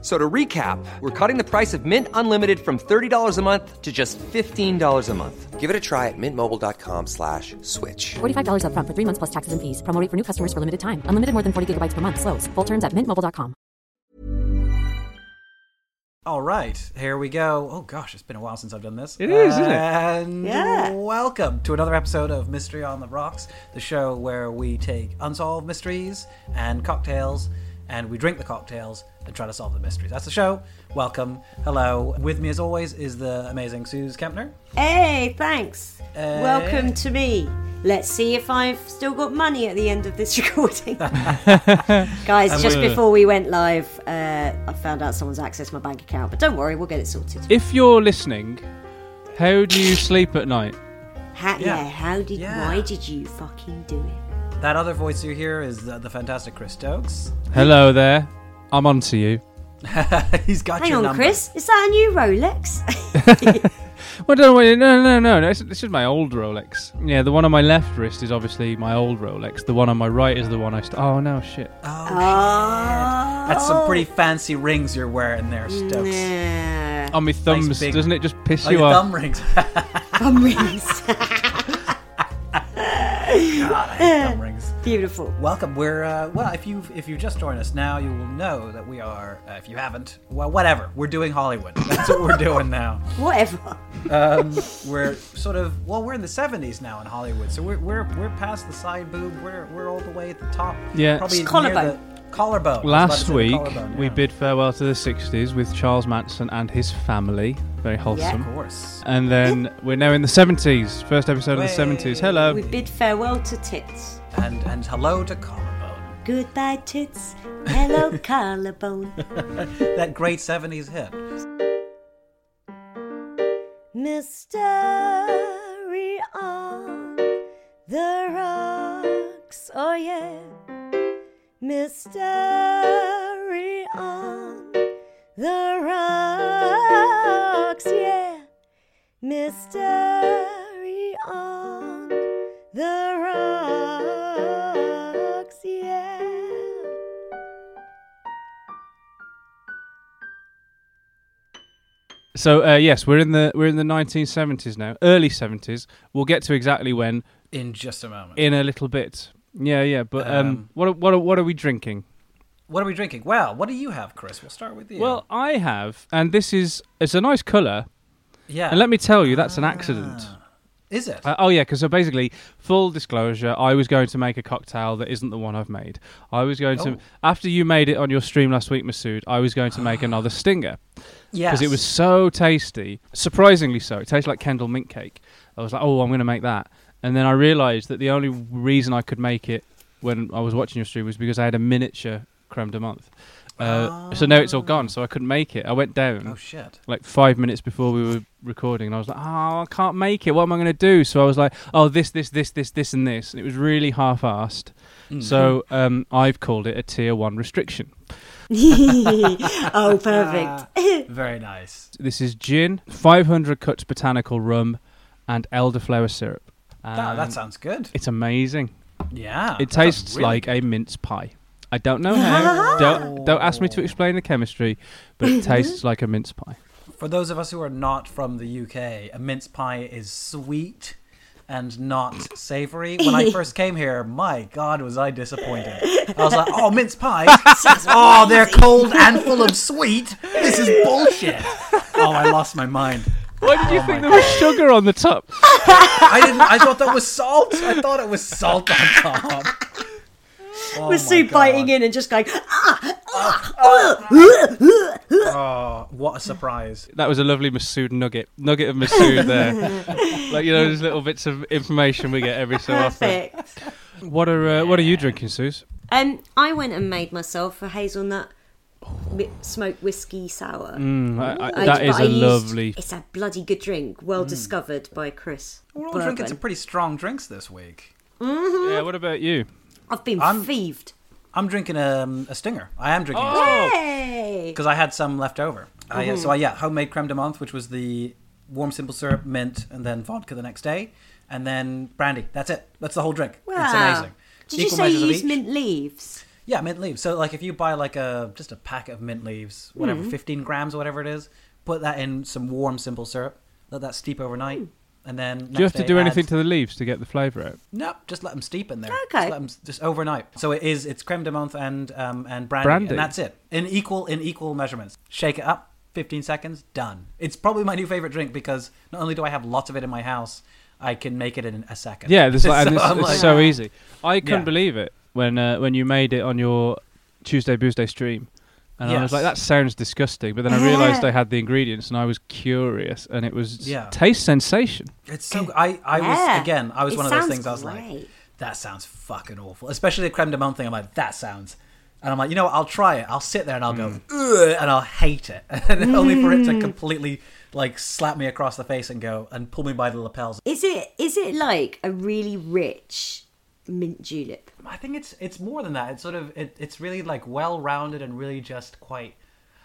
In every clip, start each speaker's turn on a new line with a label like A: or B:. A: So to recap, we're cutting the price of Mint Unlimited from $30 a month to just $15 a month. Give it a try at mintmobile.com slash switch.
B: $45 upfront for three months plus taxes and fees. Promo rate for new customers for limited time. Unlimited more than 40 gigabytes per month. Slows. Full terms at mintmobile.com.
C: All right, here we go. Oh gosh, it's been a while since I've done this. It
D: is, isn't it?
C: And
E: Yeah.
C: welcome to another episode of Mystery on the Rocks, the show where we take unsolved mysteries and cocktails, and we drink the cocktails and try to solve the mysteries. That's the show. Welcome. Hello. With me, as always, is the amazing Suze Kempner.
E: Hey, thanks.
C: Uh,
E: Welcome to me. Let's see if I've still got money at the end of this recording. Guys, just before we went live, uh, I found out someone's accessed my bank account, but don't worry, we'll get it sorted.
D: If you're listening, how do you sleep at night?
E: Ha- yeah.
C: Yeah.
E: how did,
C: Yeah.
E: why did you fucking do it?
C: That other voice you hear is the, the fantastic Chris Stokes.
D: Hello there. I'm on to you.
C: He's got
E: Hang
C: your
E: on,
C: number.
E: Chris, is that a new Rolex?
D: Well, don't worry. No, no, no, no. This, this is my old Rolex. Yeah, the one on my left wrist is obviously my old Rolex. The one on my right is the one I. St- oh no, shit.
E: oh,
C: That's some pretty fancy rings you're wearing there, Stokes.
E: yeah.
D: on my thumbs,
C: big-
D: doesn't it just piss
C: Oh,
D: you
C: your
D: off?
C: thumb rings.
E: Thumb rings.
C: thumb rings.
E: Beautiful.
C: Welcome. We're uh, well. If you if you just joined us now, you will know that we are. Uh, if you haven't, well, whatever. We're doing Hollywood. That's what we're doing now.
E: Whatever.
D: Um,
C: We're sort of well. We're in the '70s now in Hollywood, so we're we're, we're past the side boob. We're we're all the way at the top.
D: Yeah.
C: Probably
E: It's
C: near
E: collarbone.
C: the collarbone. I was about to
D: Last
C: say the
D: week
C: collarbone,
D: we
C: yeah.
D: bid farewell to the '60s with Charles Manson and his family. Very wholesome.
C: Of course.
D: And then we're now in the '70s. First episode
C: Way.
D: of the '70s. Hello.
E: We bid farewell to tits.
C: And and hello to collarbone.
E: Goodbye, tits. Hello, collarbone.
C: That great '70s hit.
E: Mystery on the rocks. Oh, yeah. Mystery on the rocks. Yeah. Mystery on the rocks. Yeah.
D: So uh, yes, we're in the we're in the 1970s now, early 70s. We'll get to exactly when
C: In just a moment.
D: in a little bit. Yeah, yeah. But um,
C: Um,
D: what are- what are- what are we drinking?
C: What are we drinking? Well, what do you have, Chris? We'll start with you.
D: Well, I have, and this is it's a nice colour,
C: yeah.
D: and let me tell you, that's an accident.
C: Ah. Is it?
D: Uh, oh yeah, because so basically, full disclosure, I was going to make a cocktail that isn't the one I've made. I was going
C: Oh.
D: to after you made it on your stream last week, Masood. I was going to make another stinger.
C: yes.
D: because it was so tasty, surprisingly so. It tasted like Kendall mint cake. I was like, oh, I'm going to make that, and then I realised that the only reason I could make it when I was watching your stream was because I had a miniature creme de menthe. Uh, So now it's all gone, so I couldn't make it. I went down
C: Oh shit.
D: like five minutes before we were recording, and I was like, oh, I can't make it. What am I going to do? So I was like, oh, this, this, this, this, this, and this, and it was really half-assed.
C: Mm-hmm.
D: So um, I've called it a tier one restriction.
E: oh, perfect.
C: Very nice.
D: This is gin, 500 cuts botanical rum, and elderflower syrup.
C: That,
D: And
C: that sounds good.
D: It's amazing.
C: Yeah.
D: Um, It
C: that sounds
D: tastes
C: really
D: like Ah, a mince pie. I don't know how. don't don't ask me to explain the chemistry, but it tastes like a mince pie.
C: good. For those of us who are not from the UK, a mince pie is sweet and not savory. When I first came here, my God, was I disappointed. I was like, oh, mince pies? oh, they're cold and full of sweet. This is bullshit. Oh, I lost my mind.
D: Why did you think there was sugar on the top?
C: I didn't. I thought that was salt. I thought it was salt on top. Oh,
E: We're
C: my
E: so
C: God.
E: biting in and just going, "Ah,
C: What a surprise.
D: That was a lovely Masood nugget. Nugget of Masood there. like you know, those little bits of information we get every so often.
E: perfect.
D: What are uh, what are you drinking, Suze?
E: Um, I went and made myself a hazelnut wi- smoked whiskey
D: I, I,
E: sour. I-
D: Mm, that
E: but
D: is
E: I
D: a
E: used-
D: lovely.
E: It's a bloody good drink, well discovered by Chris.
C: We're all
E: Bourbon.
C: drinking some pretty strong drinks this week.
D: Yeah. What about you?
E: I've been thieved.
C: I'm drinking um, a stinger. I am drinking
D: Oh.
E: Hey!
C: because I had some left over. I, uh,
E: Mm-hmm.
C: so I, yeah, homemade creme de menthe, which was the warm simple syrup, mint, and then vodka the next day, and then brandy. That's it. That's the whole drink. It's amazing.
E: Did you
C: Equal
E: say
C: measures
E: you
C: of
E: use
C: each.
E: mint leaves?
C: Yeah, mint leaves. So like if you buy like a just a packet of mint leaves, whatever,
E: Mm.
C: fifteen grams or whatever it is, put that in some warm simple syrup, let that steep overnight,
E: Mm.
C: and then
D: Do you have to do anything to the leaves to get the flavour out?
C: No, just let them steep in there.
E: Okay.
C: just, let 'em- just overnight. So it is. It's creme de menthe and um, and brandy,
D: Brandy.
C: and that's it in equal in equal measurements. Shake it up, fifteen seconds, done. It's probably my new favorite drink because not only do I have lots of it in my house, I can make it in a second.
D: Yeah, this, and it's,
C: I'm
D: it's
C: like-
D: so easy. I couldn't
C: Yeah.
D: believe it when uh, when you made it on your Tuesday Tuesday stream, and I was
C: Yes.
D: like, that sounds disgusting. But then I realised I had the ingredients, and I was curious, and it was s-
C: Yeah.
D: taste sensation.
C: It's so I I was
E: Yeah.
C: again I was
E: It
C: one of those
E: sounds
C: things I was like
E: great.
C: that sounds fucking awful especially the creme de menthe thing I'm like that sounds and I'm like you know what I'll try it I'll sit there and I'll go Ugh, and I'll hate it and only for it
E: Mm.
C: to completely like slap me across the face and go and pull me by the lapels
E: Is it is it like a really rich mint julep?
C: I think it's it's more than that it's sort of it, it's really like well rounded and really just quite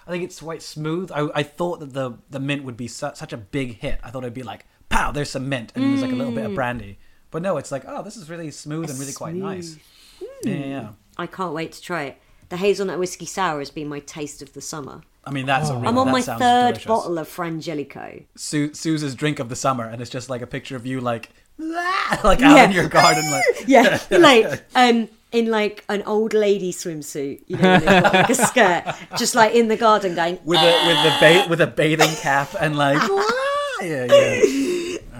C: I think it's quite smooth I, I thought that the the mint would be su- such a big hit I thought it'd be like pow there's some mint and there's like a little bit
E: Mm.
C: of brandy but no it's like oh this is really smooth and really quite nice Yeah, yeah, yeah.
E: I can't wait to try it. The hazelnut whiskey sour has been my taste of the summer.
C: I mean, that's a real,
E: Oh. I'm on
C: Oh, that
E: my
C: sounds
E: third
C: delicious.
E: bottle of Frangelico.
C: Su- Suze's drink of the summer, and it's just like a picture of you, like, like out in
E: Yeah.
C: your garden, like,
E: Yeah, like um, in like an old lady swimsuit, you know, when they've got, like a skirt, just like in the garden going.
C: with a with a ba- with a bathing cap, and like, yeah, yeah,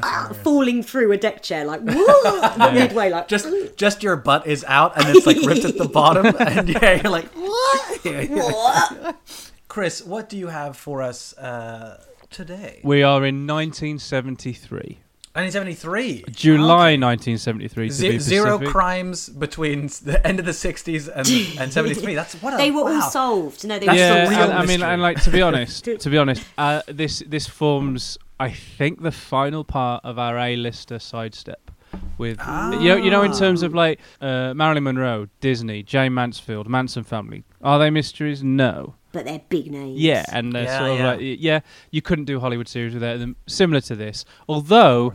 E: "Ah," Falling through a deck chair, like whoa, midway, like
C: just just your butt is out, and it's like ripped at the bottom, and yeah, you're like, Yeah, yeah. Chris, what do you have for us uh, today?
D: We are in 1973,
C: 1973.
D: July 1973. To
C: Ze-
D: be
C: zero
D: specific.
C: crimes between s- the end of the 60s and, and 73. That's what a,
E: they were
C: wow.
E: all solved. No, they
C: That's
E: were
D: yeah,
C: the
E: all
C: real
D: and,
E: solved.
D: I mean,
C: mystery.
D: and like to be honest, to be honest, uh, this this forms, I think, the final part of our A-lister sidestep. With you, know, you know, in terms
C: Ah.
D: of like uh, Marilyn Monroe, Disney, Jane Mansfield, Manson family, are they mysteries? No.
E: but they're big names.
D: Yeah, and they're
C: Yeah,
D: sort of
C: yeah.
D: like y- yeah, you couldn't do Hollywood series without them. Similar to this, although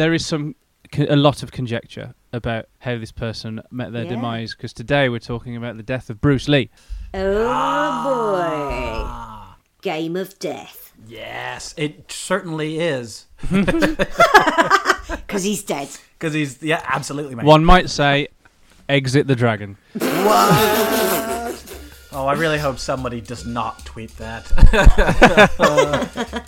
D: there is some co- a lot of conjecture about how this person met their
E: Yeah.
D: demise. Because today we're talking about the death of Bruce Lee.
E: Oh
C: Ah.
E: boy. Game of death.
C: Yes, it certainly is.
E: Because he's dead.
C: Because he's yeah, absolutely mate.
D: One might say, exit the dragon.
C: Oh, I really hope somebody does not tweet that.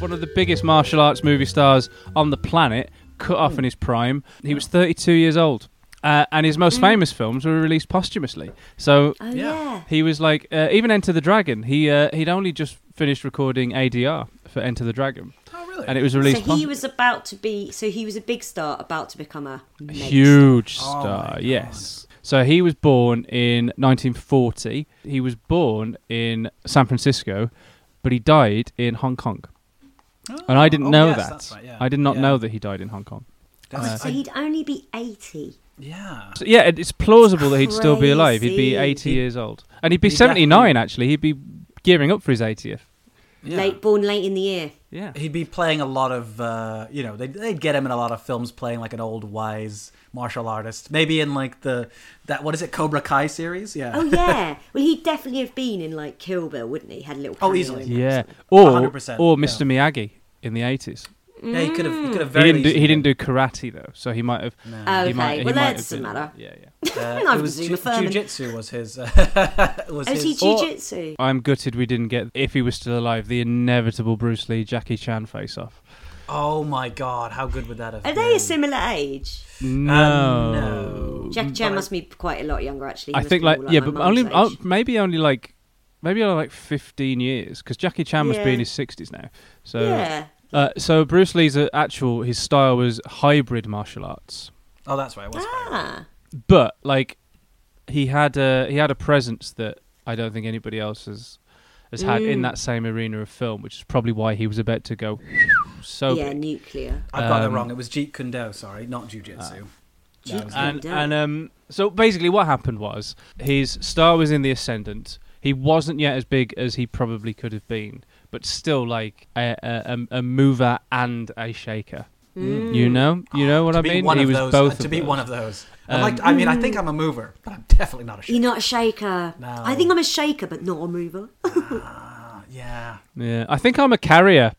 D: one of the biggest martial arts movie stars on the planet, cut off in his prime. He was 32 years old. Uh, and his most famous films were released posthumously. So
E: Mm. Oh
C: Yeah.
E: yeah.
D: he was like, uh, even Enter the Dragon, he, uh, he'd only just finished recording ADR for Enter the Dragon.
C: oh, really?
D: And it was released.
E: So he
D: pos-
E: was about to be. So he was a big star, about to become a mega
D: huge
C: Oh my
D: star.
C: God.
D: yes. So he was born in 1940. He was born in San Francisco, but he died in Hong Kong. and I didn't
C: oh,
D: know
C: yes,
D: that.
C: that's right, yeah.
D: I did not
C: Yeah.
D: know that he died in Hong Kong.
E: star.
C: That's-
E: So he'd only be eighty.
C: yeah.
D: So, yeah, it- it's plausible that he'd still be alive. He'd be
E: Crazy.
D: 80 years old. And he'd be
C: He
D: 79, actually. He'd be gearing up for his 80th.
C: yeah.
E: Late, born late in the year.
D: Yeah.
C: He'd be playing a lot of, uh, you know, they'd, they'd get him in a lot of films playing like an old wise martial artist. Maybe in like the, that, what is it, Cobra Kai series? Yeah.
E: Oh yeah. well, he'd definitely have been in like Kill Bill, wouldn't he? Had a little.
C: Oh,
E: cameo
C: easily.
E: in that.
D: Yeah. Or,
C: 100%,
D: or
C: yeah.
D: Mr. Miyagi in the 80s.
C: yeah, he could have,
E: mm.
C: he could have
D: He
C: very
D: didn't, do, he
C: easily
D: didn't do karate, though. So he might have.
E: Okay,
D: He might, he
E: well
D: might
E: that
D: have
E: doesn't
D: been-
E: matter.
D: Yeah, yeah.
C: Uh,
E: I
C: it was
E: presume
C: ju-
E: a Furman.
C: jujitsu was his. Uh, was
E: Oh, is
C: his.
E: he jujitsu?
D: I'm gutted we didn't get, if he was still alive, the inevitable Bruce Lee Jackie Chan face off.
C: oh my god, how good would that have
E: Are
C: been?
D: Um,
E: they a similar age?
C: Uh,
D: No.
E: Jackie Chan must be quite a lot younger, actually. He
D: I
E: must
D: think,
E: be more
D: like, yeah,
E: my
D: but
E: mum's
D: only, oh,
E: age.
D: maybe only like. Maybe only like 15 years because Jackie Chan must be
E: Yeah.
D: in his 60s now. So
E: yeah.
D: Uh, so Bruce Lee's uh, actual his style was hybrid martial arts,
C: Oh, that's right. It was.
E: Ah.
D: but like he had a he had a presence that I don't think anybody else has has had in
E: Mm.
D: that same arena of film, which is probably why he was about to go so
E: yeah,
D: big.
E: nuclear.
C: I've got
D: Um,
C: that wrong. It was Jeet Kune Do, sorry, not Jiu
D: uh,
C: Jitsu.
E: Jeet Kune
D: and
E: Do.
D: and um, so basically what happened was his star was in the ascendant. He wasn't yet as big as he probably could have been, but still like a, a, a- a mover and a shaker.
E: Mm.
D: You know, you know what
C: to
D: I
C: be
D: mean.
C: one
D: he
C: of
D: was
C: those,
D: both
C: uh, to
D: of
C: be
D: those. Um,
C: one of those. I'd like to- I mean, I think I'm a mover, but I'm definitely not a
E: You're
C: shaker.
E: not a shaker.
C: No.
E: I think I'm a shaker, but not a mover.
C: Yeah,
D: Yeah, I think I'm a carrier.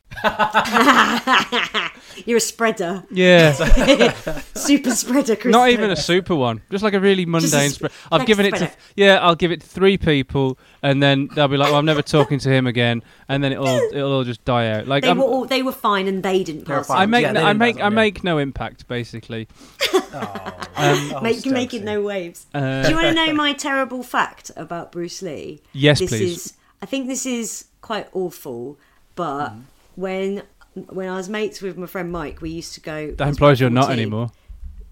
E: You're a spreader,
D: Yeah,
E: super spreader. Chris
D: not even a super one. Just like a really mundane.
E: sp-
D: spread. I've
E: like
D: given it to
E: spreader.
D: yeah, I'll give it to three people, and then they'll be like, "Well, I'm never talking to him again," and then it'll it'll all just die out. Like
E: They
D: I'm,
E: were all they were fine, and they didn't
C: They're
E: pass.
C: fine.
D: I make
C: Yeah,
D: no,
C: they
D: I
C: didn't
D: make
C: pass
D: I
C: on, yeah.
D: make no impact basically.
C: Oh,
E: Make,
C: Stokesy.
E: making no waves.
D: Uh,
E: Do you want to know my terrible fact about Bruce Lee?
D: Yes,
E: this
D: please.
E: Is, I think this is quite awful, but
D: Mm-hmm.
E: when when I was mates with my friend Mike, we used to go.
D: That implies you're not anymore.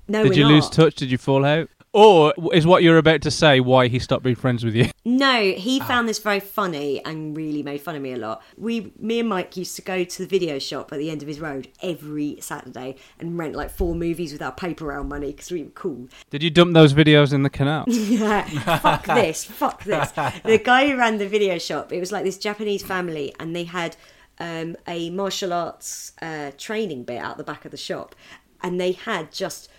E: No,
D: Did
E: we're
D: you lose
E: not.
D: touch? Did you fall out? Or w- is what you're about to say why he stopped being friends with you?
E: No, he
D: Ah.
E: found this very funny and really made fun of me a lot. We, me and Mike, used to go to the video shop at the end of his road every Saturday and rent like four movies with our paper round money because we were cool.
D: Did you dump those videos in the canal?
E: Yeah, fuck this, fuck this. The guy who ran the video shop, it was like this Japanese family, and they had um, a martial arts uh, training bit out the back of the shop, and they had just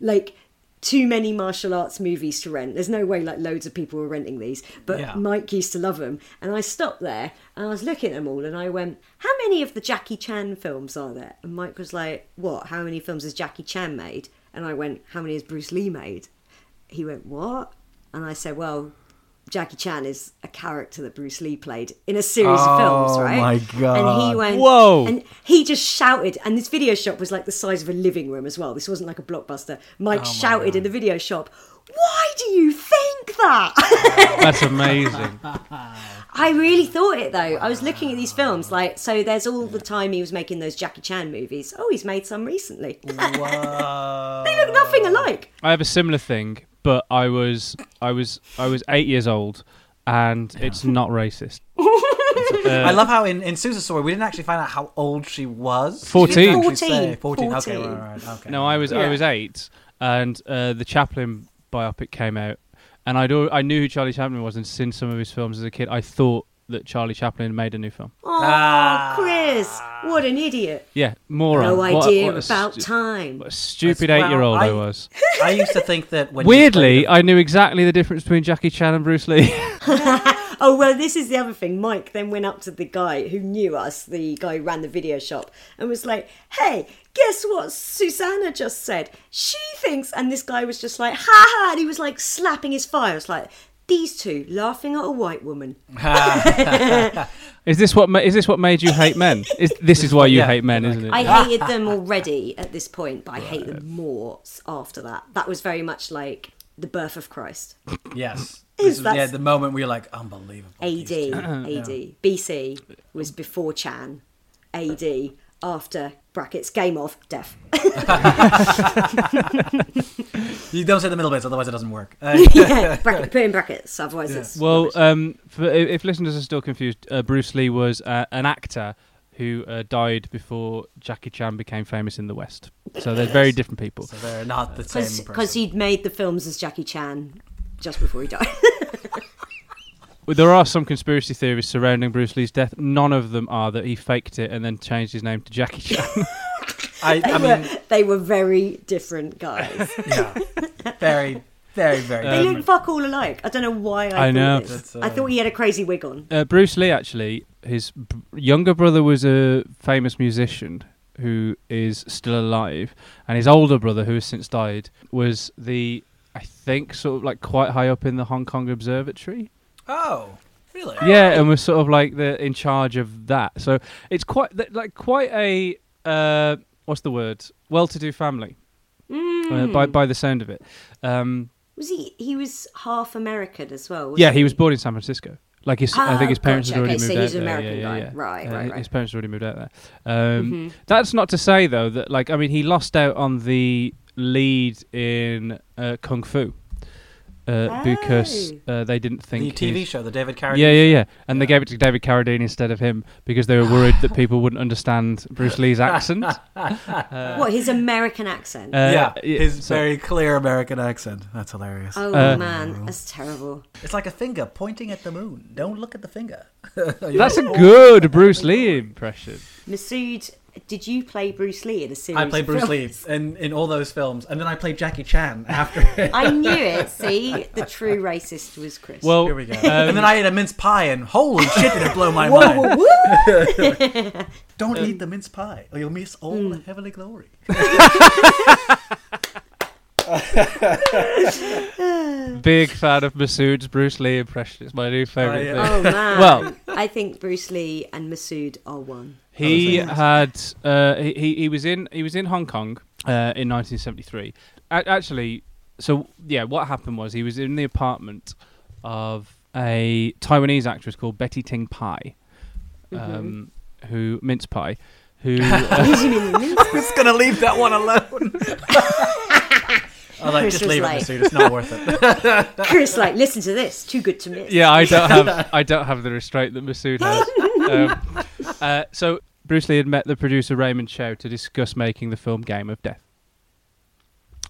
E: like too many martial arts movies to rent. There's no way like loads of people were renting these, but
C: Yeah.
E: Mike used to love them. And I stopped there and I was looking at them all, and I went, "How many of the Jackie Chan films are there?" And Mike was like, "What? How many films has Jackie Chan made?" And I went, "How many has Bruce Lee made?" he went, What? And I said, Well, Jackie Chan is a character that Bruce Lee played in a series of films, right?
C: Oh my
E: And
C: God.
E: he went,
D: Whoa.
E: And he just shouted. And this video shop was like the size of a living room as well. This wasn't like a blockbuster. Mike
C: Oh
E: shouted in the video shop, Why do you think that?
D: That's amazing.
E: I really thought it though. I was looking at these films, like, so there's all the time he was making those Jackie Chan movies. Oh, he's made some recently. they look nothing alike.
D: I have a similar thing, but I was I was I was eight years old, and it's not racist.
C: I
D: Uh,
C: love how in, in Susan's story we didn't actually find out how old she was.
D: Fourteen.
C: She didn't actually say
E: 14.
C: 14. Okay, right, right, right, okay.
D: No, I was I
E: Yeah.
D: was eight, and uh, the Chaplin biopic came out, and I'd al- I knew who Charlie Chaplin was, and seen some of his films as a kid. I thought that Charlie Chaplin made a new film.
E: Oh, Chris, what an idiot.
D: Yeah, moron.
E: No
D: What a-
E: idea
D: what a
E: about
D: stu-
E: time.
D: What a stupid
C: Well,
D: eight-year-old I
C: I-
D: was.
C: I used to think that when you
D: Weirdly,
C: played
D: I knew exactly the difference between Jackie Chan and Bruce Lee.
E: Oh well, this is the other thing. Mike then went up to the guy who knew us, the guy who ran the video shop, and was like, "Hey, guess what Susanna just said? She thinks." And this guy was just like, "Ha ha!" And he was like slapping his thigh. I was like, "These two laughing at a white woman."
D: Is this what ma- is this what made you hate men? Is this is why you
C: yeah.
D: hate men, isn't it?
E: I hated them already at this point, but I hate them more s- after that. That was very much like the birth of Christ,
C: yes, this was,
E: that's-
C: yeah, the moment we were like unbelievable.
E: AD, AD, BC was before Chan, AD after brackets game off death.
C: You don't say the middle bits, otherwise it doesn't work. Uh,
E: yeah, bracket, put in brackets. Otherwise, it's
D: well, um, for, i- if listeners are still confused, uh, Bruce Lee was uh, an actor who uh, died before Jackie Chan became famous in the West. So they're very different people.
C: so they're not the same
E: because
C: person.
E: he'd made the films as Jackie Chan just before he died.
D: Well, There are some conspiracy theories surrounding Bruce Lee's death. None of them are that he faked it and then changed his name to Jackie Chan.
C: I, I mean,
E: they were very different guys.
C: yeah, very, very, very.
D: Um,
E: They
C: different.
E: look fuck all alike. I don't know why I,
D: I know.
E: Thought
C: Um, That's,
E: this.
C: uh,
E: I thought he had a crazy wig on.
D: Uh, Bruce Lee, actually, his b- younger brother was a famous musician who is still alive, and his older brother, who has since died, was the, I think, sort of like quite high up in the Hong Kong Observatory.
C: oh, really?
D: Yeah, and was sort of like the in charge of that. So it's quite th- like quite a uh, what's the word? Well-to-do family. Uh, by by the sound of it, um,
E: Was he? He was half American as well. wasn't
D: yeah, he was born in San Francisco. Like his, I think
E: Oh,
D: his parents
E: gotcha.
D: had already
E: Okay, so
D: moved out
E: he's an
D: there.
E: American
D: yeah, yeah,
E: guy.
D: yeah.
E: Right,
D: Uh,
E: right, Mm-hmm. right.
D: His parents had already moved out there. Um, That's not to say though that like I mean he lost out on the lead in uh, Kung Fu uh, because
E: Oh.
D: uh, they didn't
C: The
D: think
C: TV
D: his-
C: show, the David Carradine.
D: Yeah, yeah, yeah. And they gave it to David Carradine instead of him because they were worried that people wouldn't understand Bruce Lee's accent. Uh,
E: what his American accent?
C: Yeah,
D: yeah,
C: his
D: so-
C: very clear American accent. That's hilarious.
E: oh
D: uh,
E: man, that's terrible.
C: It's like a finger pointing at the moon. Don't look at the finger.
D: That's a good Bruce Lee impression.
E: Masood, did you play Bruce Lee in a series?
C: I played
E: of
C: Bruce Lee
E: films? Oh.
C: in, in all those films, and then I played Jackie Chan after.
E: I knew it. See, the true racist was Chris.
D: Well, uh,
C: Here we go. and then I ate a mince pie, and holy shit, did it blow my mind! Don't eat the mince pie, or you'll miss all the heavenly glory.
D: big fan of Masood's Bruce Lee impression. It's my new favorite
C: yeah.
D: thing.
E: oh man.
D: Well-
E: I think Bruce Lee and Masood are one.
D: He had uh, he he- he was in he was in Hong Kong uh, in 1973. A- actually, so yeah, what happened was he was in the apartment of a Taiwanese actress called Betty Ting Pai, um,
E: Mm-hmm.
D: who mince pie, who uh,
E: What do you mean the mince?
C: It's gonna leave that one alone. I was like,
E: Chris
C: just
E: was
C: leave
E: like-
C: it, Masood. It's not worth it.
E: Chris, like, listen to this. Too good to miss.
D: yeah, I don't have I don't have the restraint that Masood has. Um, uh, so Bruce Lee had met the producer Raymond Chow to discuss making the film Game of Death.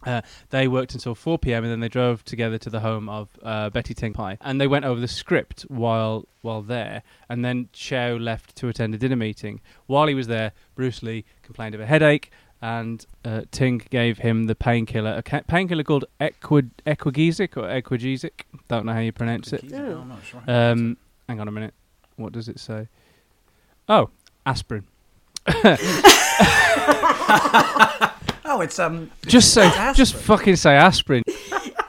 D: Uh, they worked until 4 p.m. and then they drove together to the home of uh, Betty Ting Pai and they went over the script while while there. And then Chow left to attend a dinner meeting. While he was there, Bruce Lee complained of a headache and uh, Ting gave him the painkiller, a ca- painkiller called Equid- Equigesic or Equigesic. Don't know how you pronounce it.
C: No, I'm not sure.
D: Um, hang on a minute. What does it say? Oh, aspirin.
C: oh, it's um.
D: Just say, just
C: Aspirin.
D: fucking say aspirin.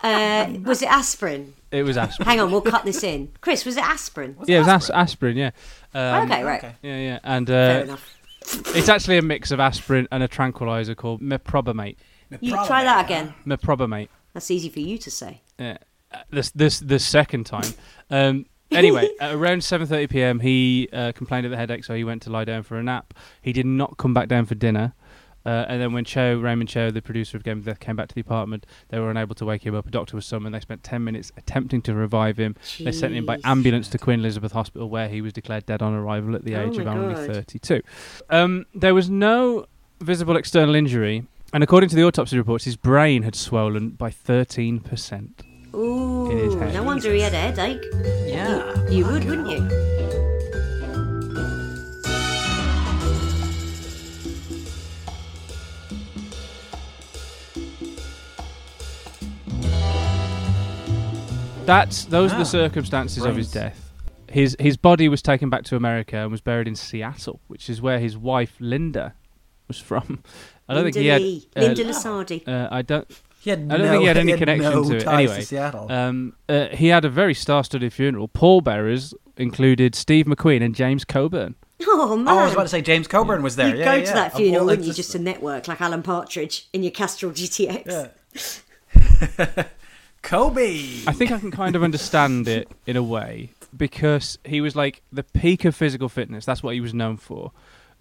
E: Uh, was it aspirin?
D: It was aspirin.
E: Hang on, we'll cut this in. Chris, was it aspirin?
D: yeah, it was as- aspirin. Yeah, um,
E: okay, right.
C: okay.
D: yeah, yeah. And
E: Fair
D: uh,
E: enough.
D: it's actually a mix of aspirin and a tranquilizer called meprobamate.
E: You try that again.
D: Meprobamate.
E: That's easy for you to say.
D: Yeah. Uh, This this the second time. Um, anyway, at around 7:30 p.m., he uh, complained of the headache, so he went to lie down for a nap. He did not come back down for dinner. Uh, and then when Cho, Raymond Cho, the producer of Game of Death, came back to the apartment, they were unable to wake him up. A doctor was summoned. They spent 10 minutes attempting to revive him. They sent him by
E: Jeez.
D: ambulance to Queen Elizabeth Hospital, where he was declared dead on arrival at the
E: Oh
D: age
E: my
D: of only
E: God.
D: 32. Um, there was no visible external injury. And according to the autopsy reports, his brain had swollen by 13%. It is
E: Ooh,
D: heavy.
E: no wonder he had a headache.
C: Yeah.
E: You would, wouldn't you?
D: That's those are
C: Wow.
D: the circumstances of his
C: Brains.
D: death. His his body was taken back to America and was buried in Seattle, which is where his wife Linda was from. I don't
E: Linda
D: think he had.
E: Lee.
D: uh,
E: Linda Lasardi.
D: uh, I don't.
C: He had
D: I don't
C: no,
D: think he had any connection
C: no
D: to it.
C: ties
D: Anyway,
C: to Seattle.
D: Um, uh, he had a very star-studded funeral. Pallbearers included Steve McQueen and James Coburn.
E: Oh man.
C: oh, I was about to say James Coburn was there.
E: You'd
C: yeah,
E: go
C: yeah,
E: to
C: yeah.
E: that
C: Of
E: funeral,
C: all
E: wouldn't you,
C: exist-
E: just to network like Alan Partridge in your Castrol GTX?
C: Yeah. Kobe.
D: I think I can kind of understand it in a way because he was like the peak of physical fitness. That's what he was known for.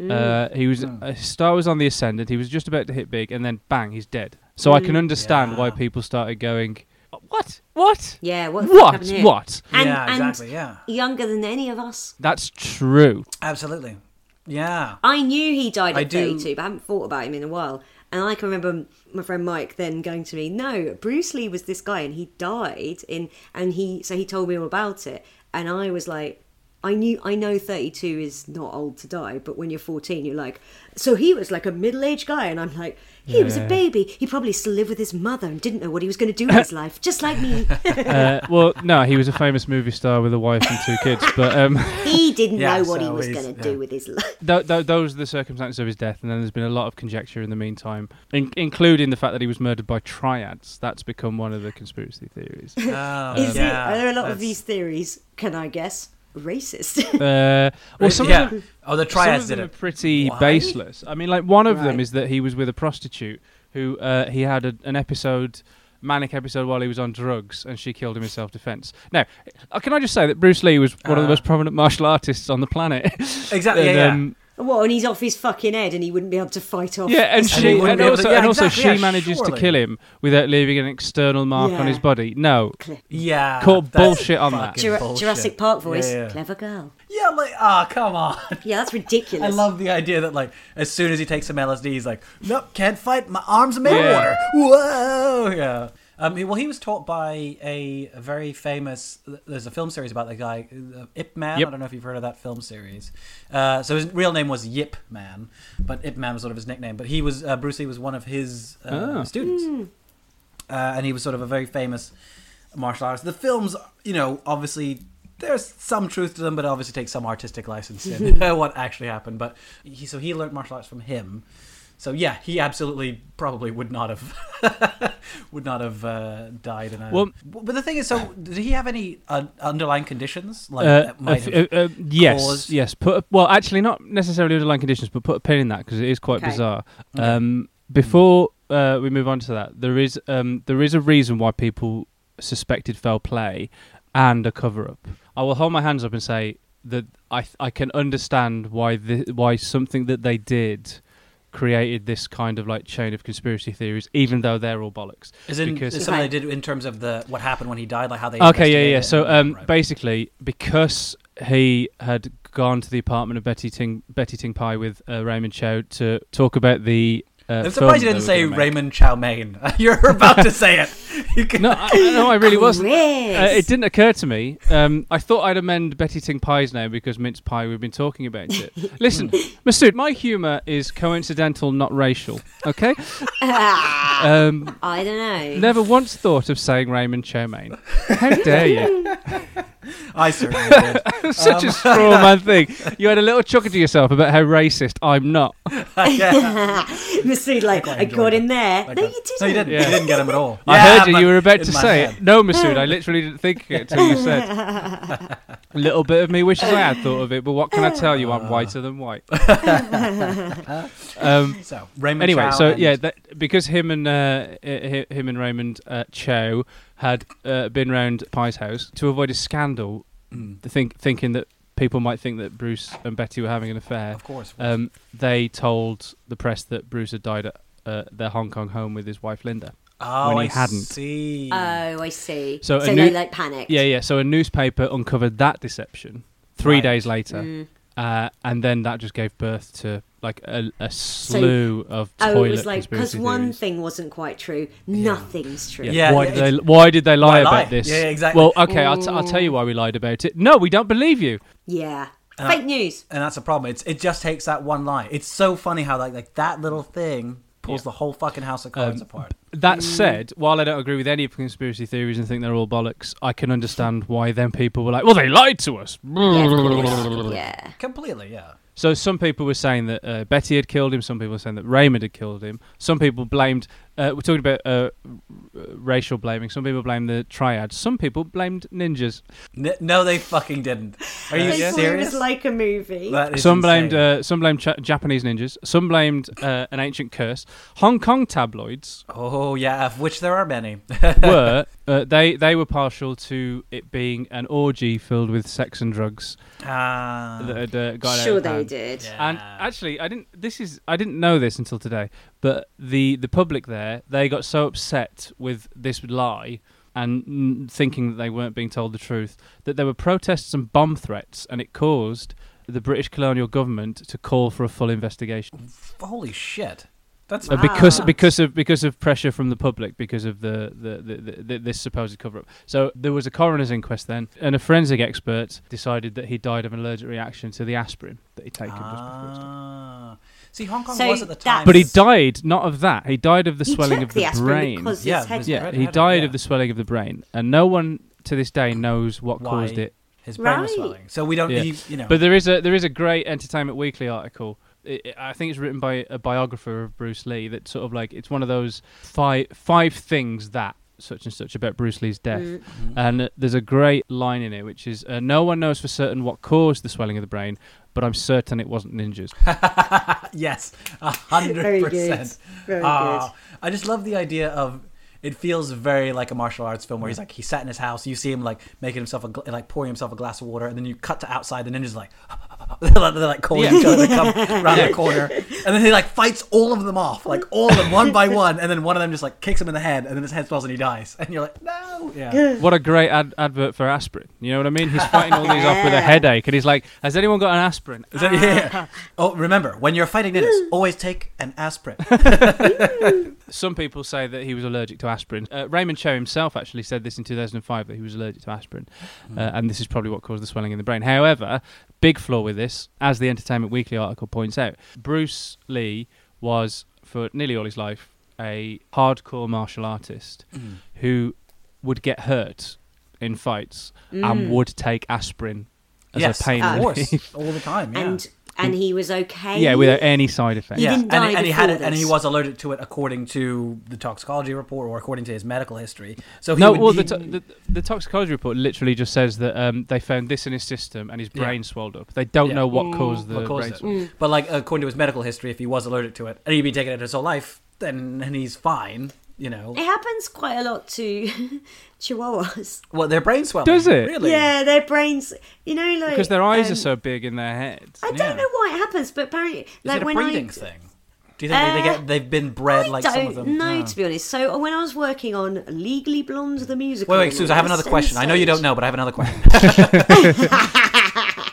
E: Mm.
D: Uh, he was a star was on the ascendant. He was just about to hit big, and then bang, he's dead. So I
E: Mm.
D: can understand why people started going, "Uh, "What? What?
E: Yeah, what the fuck
D: What?
E: happened here?
D: What?"
E: And,
C: yeah,
E: and
C: exactly. Yeah,
E: younger than any of us.
D: That's true.
C: absolutely. Yeah.
E: I knew he died
C: I
E: at
C: do-
E: 32, but I haven't thought about him in a while. And I can remember my friend Mike then going to me, no, Bruce Lee was this guy and he died in, and he, so he told me all about it. And I was like, I knew, I know 32 is not old to die, but when you're 14, you're like, so he was like a middle aged guy. And I'm like, he was a
D: Yeah.
E: baby. He probably still lived with his mother and didn't know what he was going to do with his life, just like me.
D: Uh, well, no, he was a famous movie star with a wife and two kids, but um,
E: he didn't
C: Yeah,
E: know what he
C: so
E: was
C: he's-
E: going to
C: yeah.
E: do with his life.
D: th- th- those are the circumstances of his death, and then there's been a lot of conjecture in the meantime, in- including the fact that he was murdered by triads. That's become one of the conspiracy theories.
C: Oh,
E: Is
C: yeah,
E: it? Are there a lot of
C: that's-
E: these theories? Can I guess? Racist.
D: Uh, well, some
C: yeah.
D: of them,
C: oh, the
D: some
C: triads
D: of them
C: did
D: are
C: it.
D: pretty
C: Why?
D: baseless. I mean, like one of them
E: Right.
D: is that he was with a prostitute who uh, he had a, an episode, manic episode while he was on drugs, and she killed him in self-defense. Now,
C: Uh.
D: uh, can I just say that Bruce Lee was one of the most prominent martial artists on the planet?
C: Exactly, yeah, yeah.
E: What? And he's off his fucking head, and he wouldn't be able to fight off.
D: Yeah, and
C: he
E: a
D: she
E: sword.
C: wouldn't
D: and
C: be able to-
D: also,
C: yeah,
D: and also
C: exactly,
D: she
C: yeah,
D: manages to
C: surely.
D: kill him without leaving an external mark on
E: Yeah.
D: his body. No,
C: Yeah.
D: Call
C: that's
D: bullshit on that.
C: fucking
E: Jura-
C: bullshit.
E: Jurassic Park voice.
C: Yeah, yeah.
E: Clever girl.
C: yeah like, ah, come on.
E: Yeah, that's ridiculous.
C: I love the idea that, like, as soon as he takes some LSD, he's like, nope, can't fight. My arms are made of
D: Yeah.
C: water. Whoa. Yeah. Um, he- well, he was taught by a very famous. There's a film series about the guy, uh, Ip Man.
D: Yep.
C: I don't know if you've heard of that film series. Uh, so his real name was Yip Man, but Ip Man was sort of his nickname. But he was uh, Bruce Lee was one of his uh,
D: Ah.
C: students uh, and he was sort of a very famous martial artist. The films, you know, obviously there's some truth to them, but it obviously takes some artistic license in what actually happened. But he, so he learned martial arts from him. So yeah, he absolutely probably would not have would not have uh, died in a.
D: Well-
C: but the thing is, so did he have any uh, underlying conditions like
D: Uh,
C: that might
D: if-
C: have
D: uh, uh, yes,
C: caused-
D: yes. Put a, well, actually, not necessarily underlying conditions, but put a pin in that because it is quite
E: Okay.
D: bizarre. Um,
C: Mm.
D: before uh, we move on to that, there is um, there is a reason why people suspected foul play and a cover up. I will hold my hands up and say that I th- I can understand why the, why something that they did created this kind of like chain of conspiracy theories, even though they're all bollocks.
C: As in,
D: because-
C: something they did in terms of the what happened when he died, like how they
D: Okay, yeah,
C: investigated
D: yeah.
C: it
D: So
C: and-
D: um,
C: right.
D: basically, because he had gone to the apartment of Betty Ting Betty Ting Pai with uh, Raymond Chow to talk about the. Uh,
C: I'm surprised you didn't
D: film they were
C: say
D: gonna make.
C: Raymond Chow Mein. You're about to say it. You can,
D: No, I, no, I really wasn't. Uh,
E: Chris.
D: it didn't occur to me. Um, I thought I'd amend Betty Ting Pai's name because mince pie. We've been talking about it. Listen, Masood, my humour is coincidental, not racial. Okay. um,
E: I don't know.
D: never once thought of saying Raymond Chow Mein. How dare you?
C: I certainly did.
D: Such
C: Um,
D: a straw man thing. You had a little chuckle to yourself about how racist I'm not.
E: Masood, like, I,
C: enjoyed
E: got him there. No, you didn't.
C: uh, No, you didn't.
D: Yeah.
C: You didn't get him at all.
D: I
C: Yeah,
D: heard you.
C: but
D: You were about
C: in
D: to
C: my
D: say
C: head.
D: it. No, Masood, I literally didn't think it until you said. a little bit of me wishes I had thought of it, but what can I tell you? I'm whiter than white. um,
C: So Raymond.
D: anyway,
C: Chow
D: so
C: and-
D: yeah, that, because him and uh, hi- him and Raymond uh, Cho had uh, been round Pye's house to avoid a scandal,
C: Mm.
D: the think, thinking that people might think that Bruce and Betty were having an affair.
C: of course.
D: Um, they told the press that Bruce had died at uh, their Hong Kong home with his wife Linda.
C: oh,
D: when
C: I
D: he hadn't.
C: see.
E: Oh, I see.
D: So
E: So,
D: a
E: they
D: new-
E: like panicked.
D: Yeah, yeah. So a newspaper uncovered that deception three
C: Right.
D: days later,
E: Mm.
D: uh, and then that just gave birth to like a, a
E: So-
D: slew of toilet
E: Oh, it was like because
D: conspiracy
E: one
D: theories.
E: thing wasn't quite true, nothing's true.
C: Yeah.
D: why, did
C: it's-
D: they, why did they
C: Why
D: lie
C: lie?
D: about this?
C: Yeah, yeah, exactly.
D: Well, okay, I'll, t- I'll tell you why we lied about it. No, we don't believe you.
E: Yeah.
C: Uh,
E: Fake news.
C: and that's a problem. It's it just takes that one line. It's so funny how like like that little thing pulls the whole fucking house of cards
D: Um,
C: apart.
D: That
E: Mm.
D: said, while I don't agree with any of the conspiracy theories and think they're all bollocks, I can understand why then people were like, well, they lied to us.
E: Yeah, of course. yeah.
C: Completely. Yeah.
D: So some people were saying that uh, Betty had killed him. Some people were saying that Raymond had killed him. Some people blamed. Uh, we're talking about uh, r- racial blaming. Some people blamed the triad. Some people blamed ninjas.
C: N- no, they fucking didn't. Are you
E: They thought it
C: serious?
E: was like a movie.
C: That is
D: some
C: insane.
D: blamed. Uh, some blamed cha- Japanese ninjas. Some blamed uh, an ancient curse. Hong Kong tabloids
C: oh yeah, of which there are many.
D: were uh, they they were partial to it being an orgy filled with sex and drugs
C: Ah.
D: that had uh, got out of
E: sure they
D: hand.
E: did.
D: And actually, I didn't. This is I didn't know this until today. But the the public there, they got so upset with this lie and mm, thinking that they weren't being told the truth that there were protests and bomb threats, and it caused the British colonial government to call for a full investigation
C: Holy shit. That's
D: Uh, because
E: Ah.
D: because of because of pressure from the public because of the the, the, the, the this supposed cover up. So there was a coroner's inquest then, and a forensic expert decided that he died of an allergic reaction to the aspirin that he'd taken just before his death.
C: Ah. See, Hong Kong
E: So
C: was at the
E: that-
C: time.
D: But he died not of that. He died of the
E: He
D: swelling
E: took
D: of
E: the,
D: the,
E: aspirin
D: brain.
E: because
C: Yeah,
E: his head
C: because-
D: yeah,
C: Right,
D: he
C: right,
D: died
C: yeah.
D: of the swelling of the brain, and no one to this day knows what
C: Why
D: caused it.
C: His brain was
E: Right.
C: swelling. So we don't.
D: Yeah.
C: He, you know.
D: But there is a there is a great Entertainment Weekly article. I I think it's written by a biographer of Bruce Lee. That sort of like it's one of those five five things that such and such about Bruce Lee's death. And uh, there's a great line in it which is, uh, "No one knows for certain what caused the swelling of the brain, but I'm certain it wasn't ninjas."
C: yes, a hundred
E: Very good.
C: percent.
E: Very
C: Ah, I just love the idea of. It feels very like a martial arts film where he's like he sat in his house. You see him like making himself a gl- like pouring himself a glass of water, and then you cut to outside. The ninja's like, up. they're like, they're like calling each other. They come around the corner, and then he like fights all of them off, like all of them one by one, and then one of them just like kicks him in the head, and then his head swells and he dies. And you're like, no, yeah.
D: What a great ad- advert for aspirin. You know what I mean? He's fighting all these off with a headache, and he's like, "Has anyone got an aspirin?"
C: Is that- yeah. Oh, remember when you're fighting ninjas, always take an aspirin.
D: Some people say that he was allergic to aspirin. Uh, Raymond Cho himself actually said this in 2005 that he was allergic to aspirin, uh,
C: Hmm.
D: and this is probably what caused the swelling in the brain. However, big flaw with this, as the Entertainment Weekly article points out, Bruce Lee was for nearly all his life a hardcore martial artist
C: Hmm.
D: who would get hurt in fights and would take aspirin as
C: yes,
D: a pain
C: of
D: relief.
C: course, all the time. Yeah.
E: and and he was okay.
D: Yeah, without any side effects.
E: He
C: yeah,
E: didn't
C: and, he,
E: die
C: and he had
E: before
C: it, and he
E: this.
C: was allergic to it according to the toxicology report or according to his medical history. So he
D: No,
C: would,
D: well,
C: he,
D: the, to- the, the toxicology report literally just says that um, they found this in his system and his
C: Yeah.
D: brain swelled up. They don't
C: Yeah.
D: know
E: Mm.
D: what caused the
C: what caused
D: brain
C: it.
D: swell.
C: But like according to his medical history, if he was allergic to it and he'd been taking it his whole life, then and he's fine. You know,
E: It happens quite a lot to chihuahuas.
C: well, their brain swelling.
D: Does it?
C: Really?
E: Yeah, their brains, you know, like
D: Because their eyes are
E: um,
D: so big in their heads.
E: I don't
C: yeah.
E: know why it happens, but apparently,
C: Is
E: like
C: it a
E: when
C: breeding
E: I Uh,
C: thing? Do you think they, they get they've been bred like
E: don't
C: some of them?
E: know,
C: Yeah.
E: to be honest. So when I was working on Legally Blonde, the musical.
C: Wait, wait, Suze, I have another question. I know you don't know, but I have another question.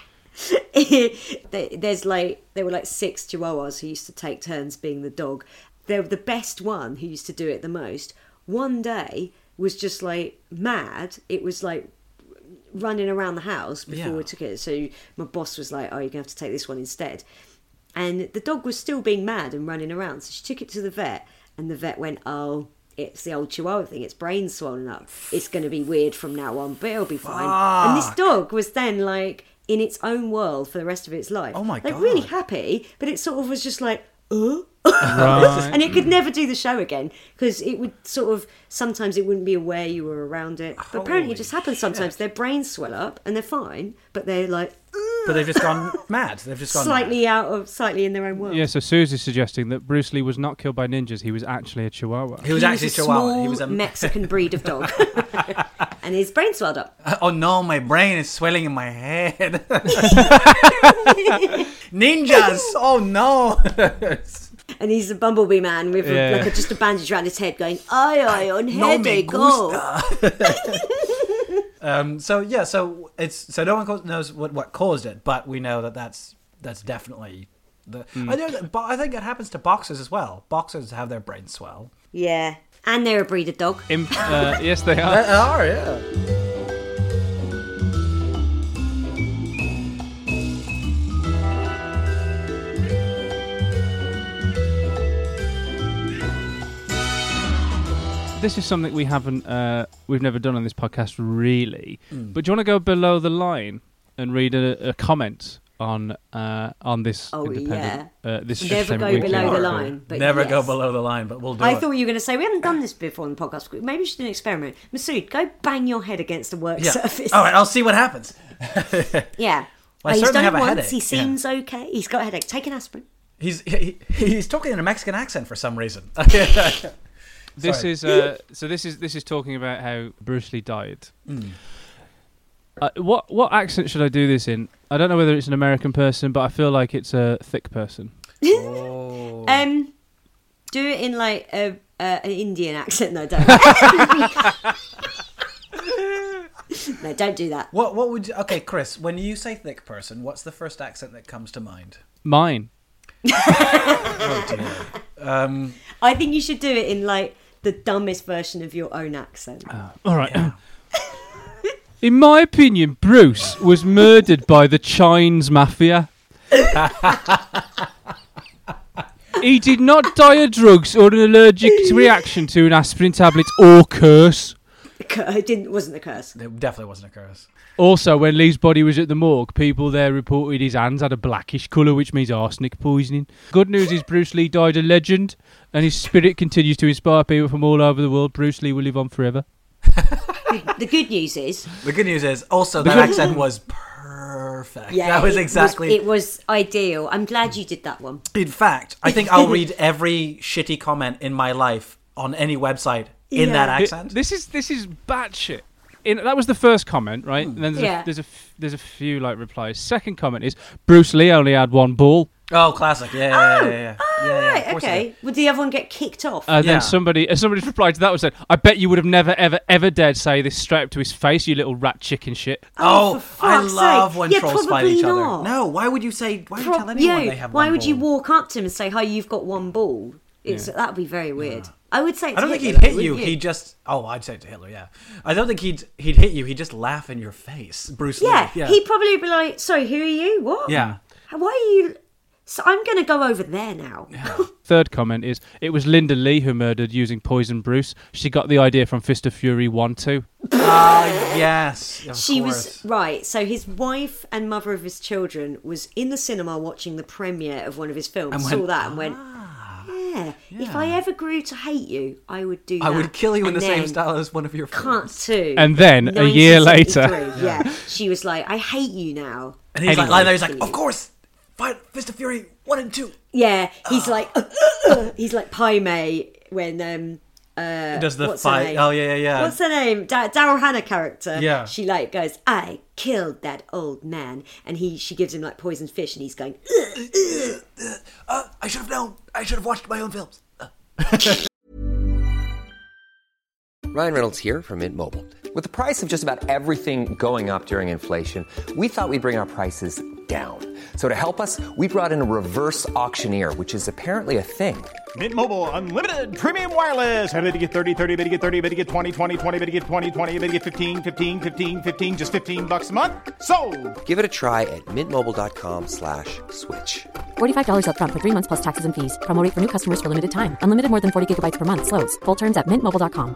E: There- There's like there were like six chihuahuas who used to take turns being the dog. They were the best one who used to do it the most. One day was just like mad. It was like running around the house before
C: Yeah.
E: we took it. So my boss was like, "Oh, you're gonna have to take this one instead." And the dog was still being mad and running around. So she took it to the vet, and the vet went, "Oh." It's the old chihuahua thing. Its brain's swollen up. It's going to be weird from now on, but it'll be fine. And
C: Ah.
E: this dog was then like in its own world for the rest of its life.
C: Oh my
E: Like really
C: God.
E: happy, but it sort of was just like, uh,
D: Right.
E: and it could never do the show again because it would sort of sometimes it wouldn't be aware you were around it. But apparently,
C: Holy
E: it just happens sometimes. Their brains swell up and they're fine, but they're like
C: but they've just gone mad. They've just gone
E: slightly out of slightly in their own world.
D: Yeah, so Suze is suggesting that Bruce Lee was not killed by ninjas. He was actually a chihuahua.
C: Mad. He was
E: He
C: actually
E: was a
C: Chihuahua.
E: small
C: he was a
E: Mexican breed of dog, and his brain swelled up.
C: Oh no, my brain is swelling in my head. Ninjas! Oh no!
E: And he's a bumblebee man with a-
D: Yeah.
E: like a, just a bandage around his head, going aye aye on
C: No
E: head
C: me
E: they go.
C: Um, so yeah, so it's so no one co- knows what, what caused it, but we know that that's that's definitely the. I know that, but I think it happens to boxers as well. Boxers have their brains swell.
E: Yeah, and they're a breed of dog.
D: Im- uh, yes, they are.
C: Oh yeah.
D: This is something we haven't, uh, we've never done on this podcast, really.
C: Mm.
D: But do you want to go below the line and read a, a comment on uh, on this
E: Oh,
D: independent, uh, this
E: Never
D: Entertainment
E: go
D: Weekly
E: below the
D: article?
E: line. But
C: Never go
E: yes.
C: below the line, but we'll do
E: I
C: it.
E: thought you were going to say we haven't done this before on the podcast. Maybe we should do an experiment. Masood, go bang your head against the work
C: yeah.
E: surface.
C: All right, I'll see what happens.
E: Yeah.
C: Well, I
E: Uh, he's
C: certainly
E: done
C: have
E: it
C: a
E: once.
C: headache,
E: He
C: yeah.
E: seems okay. He's got a headache. Take an aspirin.
C: He's he, he's talking in a Mexican accent for some reason.
D: This
C: Sorry.
D: is uh, so. This is this is talking about how Bruce Lee died. Uh, what what accent should I do this in? I don't know whether it's an American person, but I feel like it's a thick person.
C: Oh.
E: Um, do it in like a, uh, an Indian accent. No, don't. no, don't do that.
C: what what would you, okay, Chris? When you say thick person, what's the first accent that comes to mind?
D: Mine.
E: I think you should do it in like the dumbest version of your own accent.
C: Ah.
D: All right. In my opinion, Bruce was murdered by the Chines Mafia. he did not die of drugs or an allergic reaction to an aspirin tablet or curse.
E: The cur- It didn't wasn't the curse.
C: It definitely wasn't a curse.
D: Also, when Lee's body was at the morgue, people there reported his hands had a blackish colour, which means arsenic poisoning. Good news is Bruce Lee died a legend, and his spirit continues to inspire people from all over the world. Bruce Lee will live on forever.
E: The good news is,
C: The good news is also that accent was perfect.
E: yeah,
C: that was
E: it
C: exactly.
E: it was ideal. I'm glad you did that one.
C: in fact, I think I'll read every shitty comment in my life on any website in
E: Yeah.
C: that
E: It-
C: accent.
D: This is this is batshit. in, that was the first comment, right? And then there's,
E: Yeah.
D: a, there's a f- there's a few like replies. Second comment is Bruce Lee only had one ball,
C: Oh, classic. Yeah, yeah, yeah, yeah. yeah, yeah, of
E: Right,
C: course it
E: okay. Would the other one get kicked off?
D: and
C: Yeah.
D: then somebody uh, somebody replied to that was said, "I bet you would have never ever ever dared say this straight up to his face, you little rat chicken shit."
E: Oh,
C: Oh,
E: for
C: I
E: fuck's
C: love
E: sake.
C: when
E: Yeah,
C: trolls fight each
E: probably
C: other.
E: not.
C: No, why would you say? Why would you
E: Pro-
C: tell anyone
E: you,
C: they have
E: why
C: one
E: would you
C: ball?
E: walk up to him and say, "Hi, you've got one ball"? It's that would be very weird. I would say.
C: I don't
E: to
C: think
E: Hitler,
C: he'd hit
E: wouldn't
C: you. He'd just. Oh, I'd say it to Hitler. Yeah, I don't think he'd he'd hit you. He'd just laugh in your face, Bruce
E: Yeah,
C: Lee. Yeah,
E: he'd probably be like, "Sorry, who are you? What?
C: yeah.
E: Why are you?" So I'm going to go over there now.
D: Third comment is it was Linda Lee who murdered using poison Bruce. She got the idea from Fist of Fury one two.
C: Ah, yes. Of
E: she
C: course.
E: was right. So his wife and mother of his children was in the cinema watching the premiere of one of his films.
C: And
E: saw
C: went, "Ah,
E: that and went. Yeah, if I ever grew to hate you, I would do that.
C: I would kill you in
E: And
C: the same
E: then
C: style as one of your
E: Can't
C: friends.
E: too.
D: And then, a year later-
E: 1973, yeah, she was like, "I hate you now."
C: And he's like
D: Anyway.
C: lying there. He's like, of course, fight Fist of Fury one and two.
E: Yeah, he's like he's like Pai Mei when um
C: He does the
E: what's her
C: fight?
E: name?
C: Oh yeah, yeah, yeah.
E: what's her name da- Daryl Hannah character.
C: Yeah.
E: she like goes, "I killed that old man," and he she gives him like poisoned fish, and he's going, "Ugh."
C: Uh, I should have known. I should have watched my own films.
A: Ryan Reynolds here from Mint Mobile. With the price of just about everything going up during inflation, we thought we'd bring our prices down. So to help us, we brought in a reverse auctioneer, which is apparently a thing.
F: Mint Mobile unlimited premium wireless. Ready to get 30, 30, bit to get 30, bit to get 20, 20, 20, bit to get 20, 20, bit to get 15, 15, 15, 15 just 15 bucks a month. So,
A: Give it a try at mintmobile.com slash switch.
B: $45 upfront for three months plus taxes and fees. Promo rate for new customers for limited time. Unlimited more than 40 gigabytes per month. Slows. Full terms at mintmobile.com.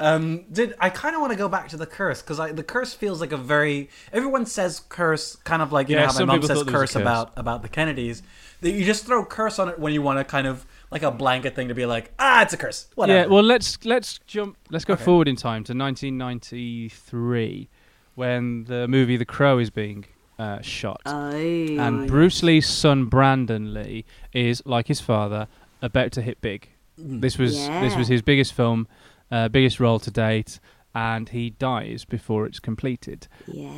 C: Um, did I kind of want to go back to the curse because the curse feels like a very everyone says curse kind of like you
D: Yeah,
C: know how my
D: some
C: mom
D: people
C: says
D: thought there was a
C: curse,
D: curse.
C: about about the Kennedys that you just throw curse on it when you want to kind of like a blanket thing to be like ah it's a curse whatever
D: Yeah, well let's let's jump let's go forward in time to 1993 when the movie The Crow is being uh, shot.
E: Oh.
D: and Bruce Lee's son Brandon Lee is like his father about to hit big. This was this
E: Yeah.
D: was his biggest film, uh, biggest role to date and he dies before it's completed
E: yeah,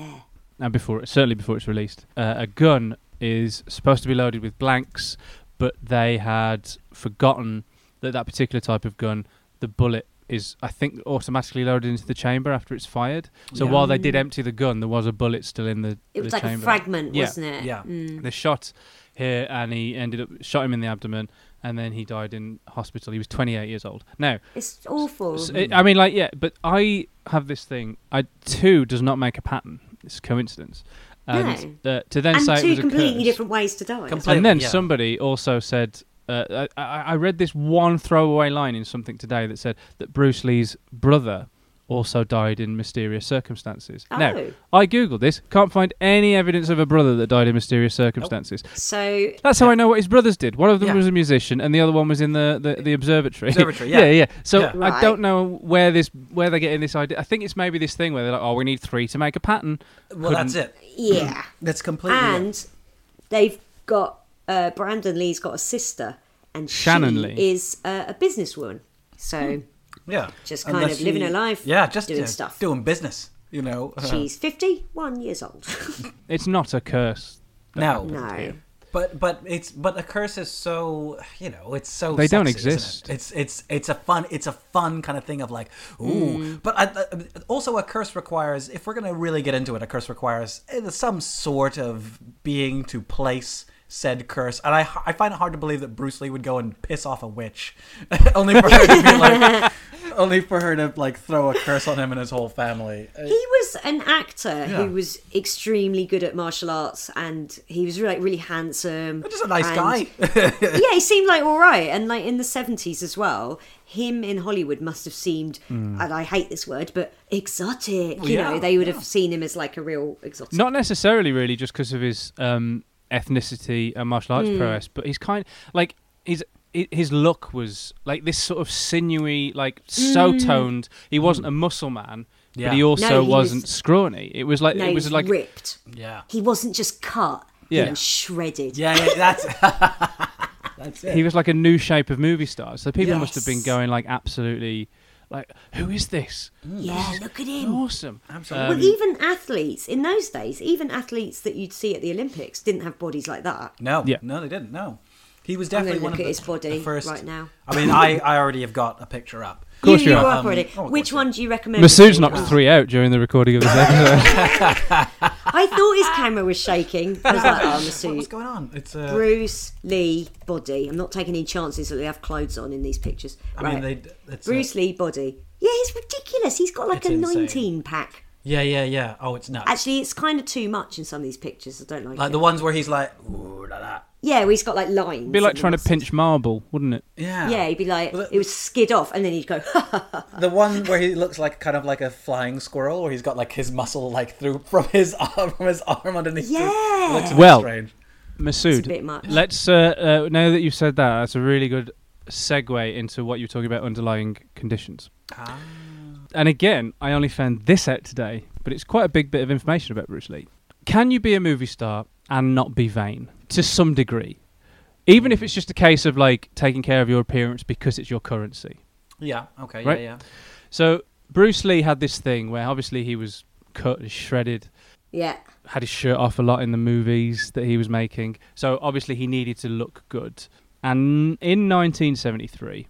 D: and uh, before certainly before it's released, uh, a gun is supposed to be loaded with blanks, but they had forgotten that that particular type of gun, the bullet is I think automatically loaded into the chamber after it's fired. So while they did empty the gun, there was a bullet still in the.
E: it was
D: the
E: like
D: chamber.
E: a fragment,
D: Yeah.
E: wasn't it?
C: yeah
D: They shot here, and he ended up shot him in the abdomen, and then he died in hospital. He was 28 years old. Now,
E: it's awful.
D: so, I- I mean, like, yeah, but I have this thing. I two does not make a pattern. It's a coincidence. And uh, to then
E: and
D: say it
E: two
D: was a
E: completely
D: curse-
E: different ways to die.
C: Completely.
D: And then
C: Yeah.
D: somebody also said, uh, I, I I read this one throwaway line in something today that said that Bruce Lee's brother also died in mysterious circumstances. Now,
E: Oh.
D: I googled this, can't find any evidence of a brother that died in mysterious circumstances.
E: So
D: That's how I know what his brothers did. One of them
C: Yeah.
D: was a musician, and the other one was in the, the, the observatory.
C: Observatory,
D: yeah,
C: yeah.
D: yeah. So
C: Yeah.
D: I
E: Right.
D: don't know where this where they're getting this idea. I think it's maybe this thing where they're like, oh, we need three to make a pattern.
C: well that's it
E: yeah,
C: that's completely it.
E: and they've got uh, Brandon Lee's got a sister, and she
D: Shannon Lee.
E: is uh, a businesswoman. So
C: yeah
E: just kind of living her life,
C: yeah just
E: doing
C: uh,
E: stuff.
C: doing business you know
D: Hmm.
E: she's fifty-one years old.
D: It's not a curse.
C: now
E: no.
C: But but it's but a curse is so you know it's so
D: They don't
C: sexy, isn't it?
D: exist.
C: It's it's it's a fun it's a fun kind of thing of like ooh.
D: Mm.
C: But I, I- also a curse requires if we're gonna really get into it, a curse requires eh, some sort of being to place said curse. And I I find it hard to believe that Bruce Lee would go and piss off a witch, only for her to be like Only for her to like throw a curse on him and his whole family.
E: He was an actor
C: Yeah.
E: who was extremely good at martial arts, and he was like really handsome.
C: Just a nice
E: and-
C: guy.
E: yeah, he seemed like all right, and like in the seventies as well. Him in Hollywood must have seemed, and I hate this word, but exotic. you
C: Hmm. yeah,
E: know, they would have seen him as like a real exotic.
D: Not necessarily, really, just because of his um, ethnicity and martial
E: Hmm.
D: arts prowess, but he's kind like his hi- his look was like this sort of sinewy, like so toned. He wasn't a muscle man,
C: Hmm. Yeah.
D: but he also
E: Hmm. No, he
D: wasn't
E: was-
D: scrawny. It was like
E: no,
D: it was like
E: ripped.
C: yeah.
E: He wasn't just cut.
D: Yeah.
E: He was shredded.
C: Yeah, yeah, that's that's it.
D: he was like a new shape of movie star. So people must have been
E: Yes.
D: going like absolutely, like who is this?
E: Mm. Yeah, look at him.
D: Awesome.
C: Absolutely.
E: well, even athletes in those days, even athletes that you'd see at the Olympics didn't have bodies like that.
C: no,
D: Yeah.
C: no, they didn't. No, he was
E: I'm
C: definitely
E: gonna
C: one of
E: look at
C: the,
E: his body
C: the first.
E: right now.
C: I mean, I, I already have got a picture up.
D: course
E: you,
D: you
E: you
D: are.
E: up already.
C: Um, oh, of
E: Which
C: course
E: one do you recommend?
D: Masood's
E: we
D: Uh, knocked
E: do?
D: three out during the recording of this episode.
E: I thought his camera was shaking. I was like, oh,
C: What, what's
E: Masood.
C: going on? It's uh,
E: Bruce Lee body. I'm not taking any chances that they have clothes on in these pictures.
C: I
E: right.
C: mean, they. It's uh,
E: Bruce Lee body. Yeah, he's ridiculous. He's got like
C: It's
E: a
C: insane.
E: 19 pack.
C: yeah, yeah, yeah. Oh, it's nuts.
E: Actually, it's kind of too much in some of these pictures. I don't like,
C: like
E: it.
C: the ones where he's like, ooh, la, la.
E: yeah, well, he's got like lines.
D: It'd be like
E: and
D: trying to
E: muscles.
D: pinch marble, wouldn't it?
C: Yeah.
E: Yeah, he'd be like,
C: Well, the-
E: it would skid off, and then he'd go,
C: The one where he looks like kind of like a flying squirrel, where he's got like his muscle like through from his arm from his arm underneath. his-
E: Yeah.
C: it looks a bit
D: Well,
C: strange.
D: Masood,
E: It's a bit much.
D: let's uh, uh, now that you've said that, that's a really good segue into what you're talking about underlying conditions. And again, I only found this out today, but it's quite a big bit of information about Bruce Lee. Can you be a movie star and not be vain to some degree? Even if it's just a case of like taking care of your appearance because it's your currency.
C: Yeah. Okay.
D: Right?
C: Yeah. Yeah.
D: So Bruce Lee had this thing where obviously he was cut and shredded
E: yeah.
D: had his shirt off a lot in the movies that he was making. So obviously he needed to look good. And in 1973,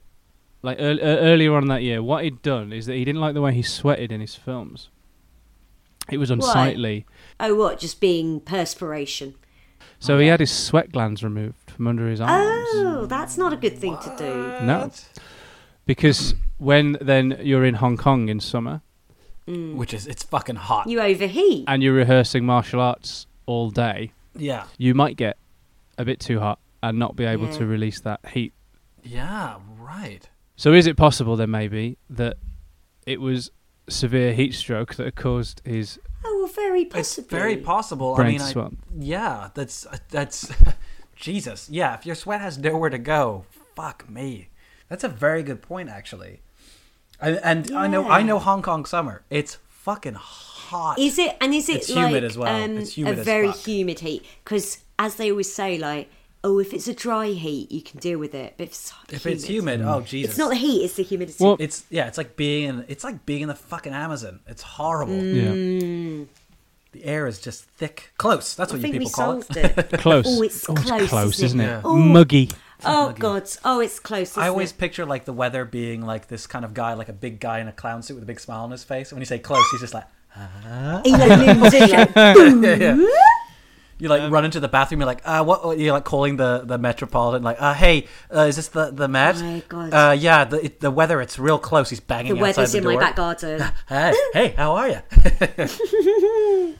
D: like ear- ear- earlier on that year, what he'd done is that he didn't like the way he sweated in his films. It was unsightly.
E: Oh, what? Just being perspiration.
D: So he had his sweat glands removed from under his
C: Um,
D: arms.
E: Oh, that's not a good thing to do.
D: No. Because when then you're in Hong Kong in summer
C: Which is it's fucking hot.
E: You overheat.
D: and you're rehearsing martial arts all day,
C: yeah.
D: you might get a bit too hot and not be able
E: Yeah.
D: to release that heat
C: Yeah. Right.
D: So is it possible then maybe that it was severe heat stroke that caused his
E: Oh, well, very
C: It's
E: possibly.
C: very possible. I
D: brain
C: mean,
D: to
C: I,
D: swell?
C: yeah. That's uh, that's Jesus. Yeah. If your sweat has nowhere to go, fuck me. That's a very good point, actually. I, and I know I
E: Yeah.
C: know Hong Kong summer. It's fucking hot.
E: Is it? And is it
C: It's
E: like
C: humid as well.
E: um,
C: It's humid
E: a
C: as
E: very
C: fuck.
E: humid heat? Because as they always say, like, oh, if it's a dry heat, you can deal with it. But if it's
C: if it's humid, oh Jesus.
E: it's not the heat; it's the humidity.
D: Well-
C: It's yeah, it's like being in it's like being in the fucking Amazon. It's horrible.
E: Mm. Oh,
D: Yeah.
C: The air is just thick. Close. That's
E: I
C: what you
E: think we
C: people call it.
E: solved it.
D: Close.
E: Oh, it's close, isn't
D: isn't
E: it?
D: it?
E: Yeah. Ooh.
D: Muggy.
E: oh God! Oh, it's close. Isn't
C: I always
E: it?
C: picture like the weather being like this kind of guy, like a big guy in a clown suit with a big smile on his face. And when you say close, he's just like
E: Elo moves in, like,
C: you like run into the bathroom. You're like, uh, what? what- You're like calling the the metropolitan, like, uh, hey, uh, is this the the Met?
E: Oh my God.
C: Uh, yeah, the it, the weather. It's real close. He's banging
E: the
C: outside
E: weather's
C: the
E: in
C: door.
E: my back garden.
C: hey, hey, how are you?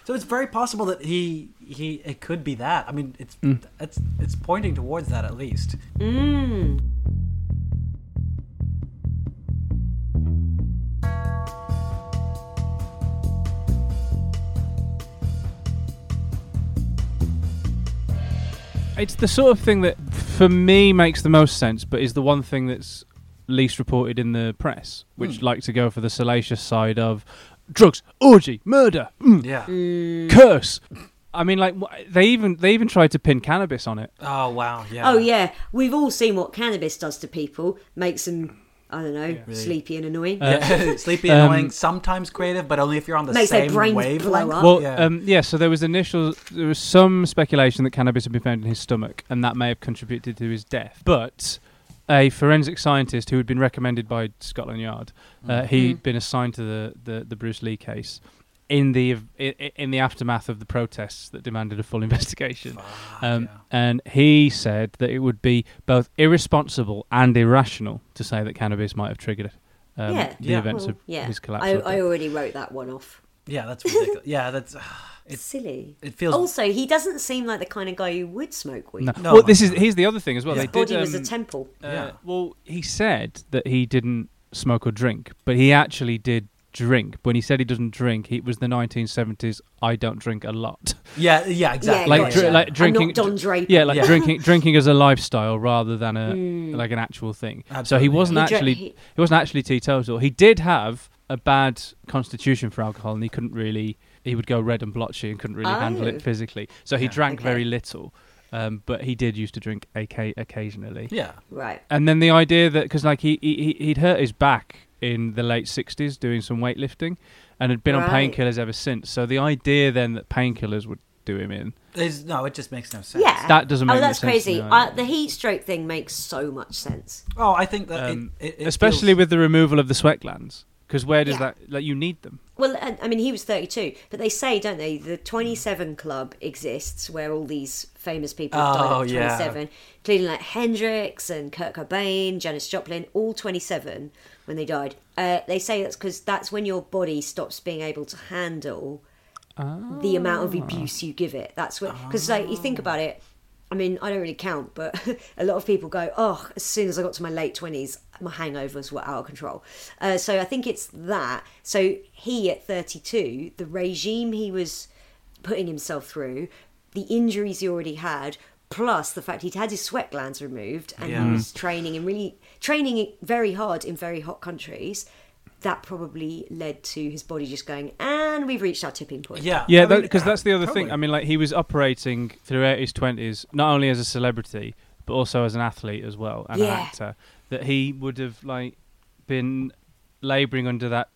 C: so it's very possible that he he it could be that. I mean, it's
D: Mm.
C: it's it's pointing towards that at least.
D: It's the sort of thing that for me makes the most sense, but is the one thing that's least reported in the press, which
E: Hmm.
D: like to go for the salacious side of drugs, orgy, murder, mm,
C: Yeah.
E: Hmm.
D: curse. I mean, like wh- they even they even tried to pin cannabis on it.
C: Oh wow. Yeah.
E: Oh yeah, we've all seen what cannabis does to people. Makes them, I don't know, sleepy and annoying.
C: Yeah. Sleepy,
D: Um,
C: annoying, sometimes creative, but only if you're on the
E: Makes their
C: same
E: brains
C: wavelength.
E: blow up.
D: Well,
C: yeah.
D: um, yeah. So there was initial, there was some speculation that cannabis had been found in his stomach, and that may have contributed to his death. But a forensic scientist who had been recommended by Scotland Yard,
E: Mm.
D: uh,
C: Mm.
D: he'd been assigned to the, the, the Bruce Lee case in the in, in the aftermath of the protests that demanded a full investigation.
C: Ah,
D: um, And he said that it would be both irresponsible and irrational to say that cannabis might have triggered. um,
E: Oh, Yeah.
D: the
C: Yeah.
D: events
E: Well,
D: of his collapse.
E: I,
D: I think.
E: I already wrote that one off.
C: Yeah, that's ridiculous. yeah, that's
E: It's silly.
C: it feels-
E: Also, he doesn't seem like the kind of guy who would smoke weed.
D: No.
C: No,
D: well,
C: my
D: this is here's the other thing as well.
E: His
D: They
E: body
D: did, um,
E: was a temple.
D: uh,
C: Yeah.
D: Well, he said that he didn't smoke or drink, but he actually did drink. When he said he doesn't drink, it was the 1970s. I don't drink a lot.
C: yeah, yeah, exactly.
D: like,
E: gotcha.
D: dri- like
E: I'm not
D: drinking.
E: Don Draper.
D: Yeah, like
C: Yeah.
D: drinking drinking as a lifestyle rather than a like an actual thing. So
C: Absolutely,
D: he
C: yeah.
D: wasn't
E: He dra-
D: actually
E: he-
D: he, wasn't actually teetotal. He did have a bad constitution for alcohol, and he couldn't really. He would go red and blotchy and couldn't really handle
E: Oh.
D: it physically. So he drank
E: okay.
D: very little, um, but he did used to drink AK occasionally.
C: yeah.
E: Right.
D: And then the idea that because like he, he he- he'd hurt his back in the late '60s doing some weightlifting, and had been on
E: Right.
D: painkillers ever since. So the idea then that painkillers would do him in.
C: It's, no, it just makes no sense.
E: Yeah.
D: That doesn't
E: Oh,
D: make
E: that's
D: any sense to
E: crazy.
D: me
E: Uh,
D: either.
E: the heat stroke thing makes so much sense.
C: Oh, I think that
D: Um,
C: it, it, it
D: especially
C: feels-
D: with the removal of the sweat glands because where does
E: Yeah.
D: that like you need them
E: Well, and- I mean, he was 32, but they say, don't they, the 27 Club exists where all these famous people have
C: Oh,
E: died at
C: yeah.
E: 27, including like Hendrix and Kurt Cobain, Janis Joplin, all 27 when they died. Uh, they say that's because that's when your body stops being able to handle the amount of abuse you give it. That's what, because like you think about it, I mean, I don't really count, but a lot of people go, oh, as soon as I got to my late 20s, my hangovers were out of control. Uh, so I think it's that. So he at 32, the regime he was putting himself through, the injuries he already had, plus the fact he'd had his sweat glands removed and he
C: Yeah.
E: was training and really training very hard in very hot countries. That probably led to his body just going, and we've reached our tipping point.
C: yeah, I
D: yeah
C: mean,
D: because that's the other thing
C: probably.
D: i mean like he was operating throughout his 20s not only as a celebrity but also as an athlete as well and
E: Yeah.
D: an actor that he would have like been laboring under that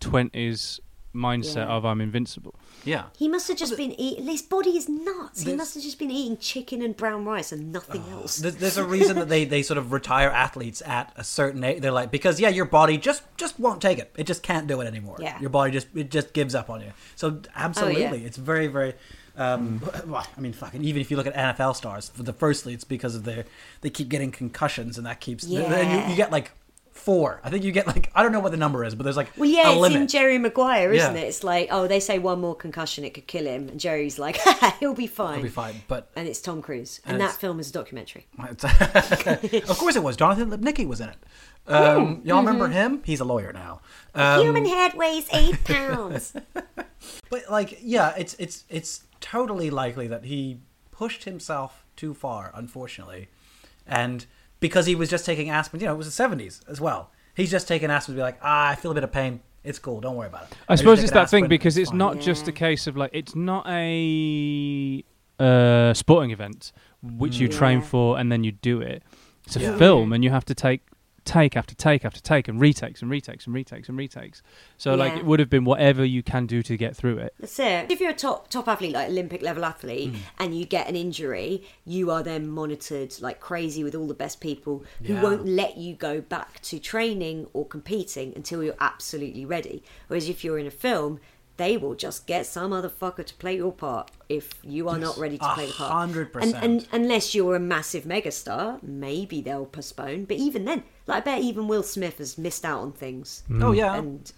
D: 20s mindset
E: Yeah.
D: of i'm invincible
C: yeah.
E: He must have just been eating. His body is nuts. He
C: There's- Oh,
E: must have just been eating chicken and brown rice and nothing else.
C: There's, there's a reason that they, they sort of retire athletes at a certain age. They're like because yeah, your body just just won't take it. It just can't do it anymore.
E: Yeah. Oh,
C: your body just it just gives up on you. So absolutely, it's very very. Um, well, I mean, fucking. Even if you look at NFL stars, for the firstly, it's because of their they keep getting concussions, and that keeps. Then
E: Yeah.
C: you, you get like four. I think you get like I don't know what the number is, but there's like
E: Well, yeah,
C: a
E: it's
C: limit.
E: in Jerry Maguire, isn't
C: Yeah.
E: it? It's like, oh, they say one more concussion, it could kill him. And Jerry's like, he'll be fine.
C: It'll be fine, but
E: And it's Tom Cruise. And,
C: And
E: that
C: it's-
E: film is a documentary.
C: of course it was. Jonathan Lipnicki was in it. Um, y'all remember him? He's a lawyer now. Um,
E: Human head weighs eight pounds.
C: But like, yeah, it's it's it's totally likely that he pushed himself too far, unfortunately, and because he was just taking aspirin. You know, it was the seventies as well. He's just taking aspirin to be like, ah, I feel a bit of pain. It's cool. Don't worry about it.
D: I
C: And he was
D: suppose it's
C: taking
D: that thing
C: aspirin,
D: because it's
C: fine.
D: not just a case of like it's not a uh, sporting event which you train
E: Yeah.
D: for and then you do it. It's a
C: Mm. Yeah.
D: film and you have to take take after take after take and retakes and retakes and retakes and retakes. So like
E: Yeah.
D: it would have been whatever you can do to get through it.
E: That's it. If you're a top top athlete, like Olympic level athlete,
C: Mm.
E: and you get an injury, you are then monitored like crazy with all the best people who
C: Yeah.
E: won't let you go back to training or competing until you're absolutely ready. Whereas if you're in a film, they will just get some other fucker to play your part if you are not ready to
C: A
E: play the part.
C: hundred
E: And- And
C: percent.
E: unless you're a massive megastar, maybe they'll postpone. But even then, like I bet even Will Smith has missed out on things
C: Oh yeah,
E: and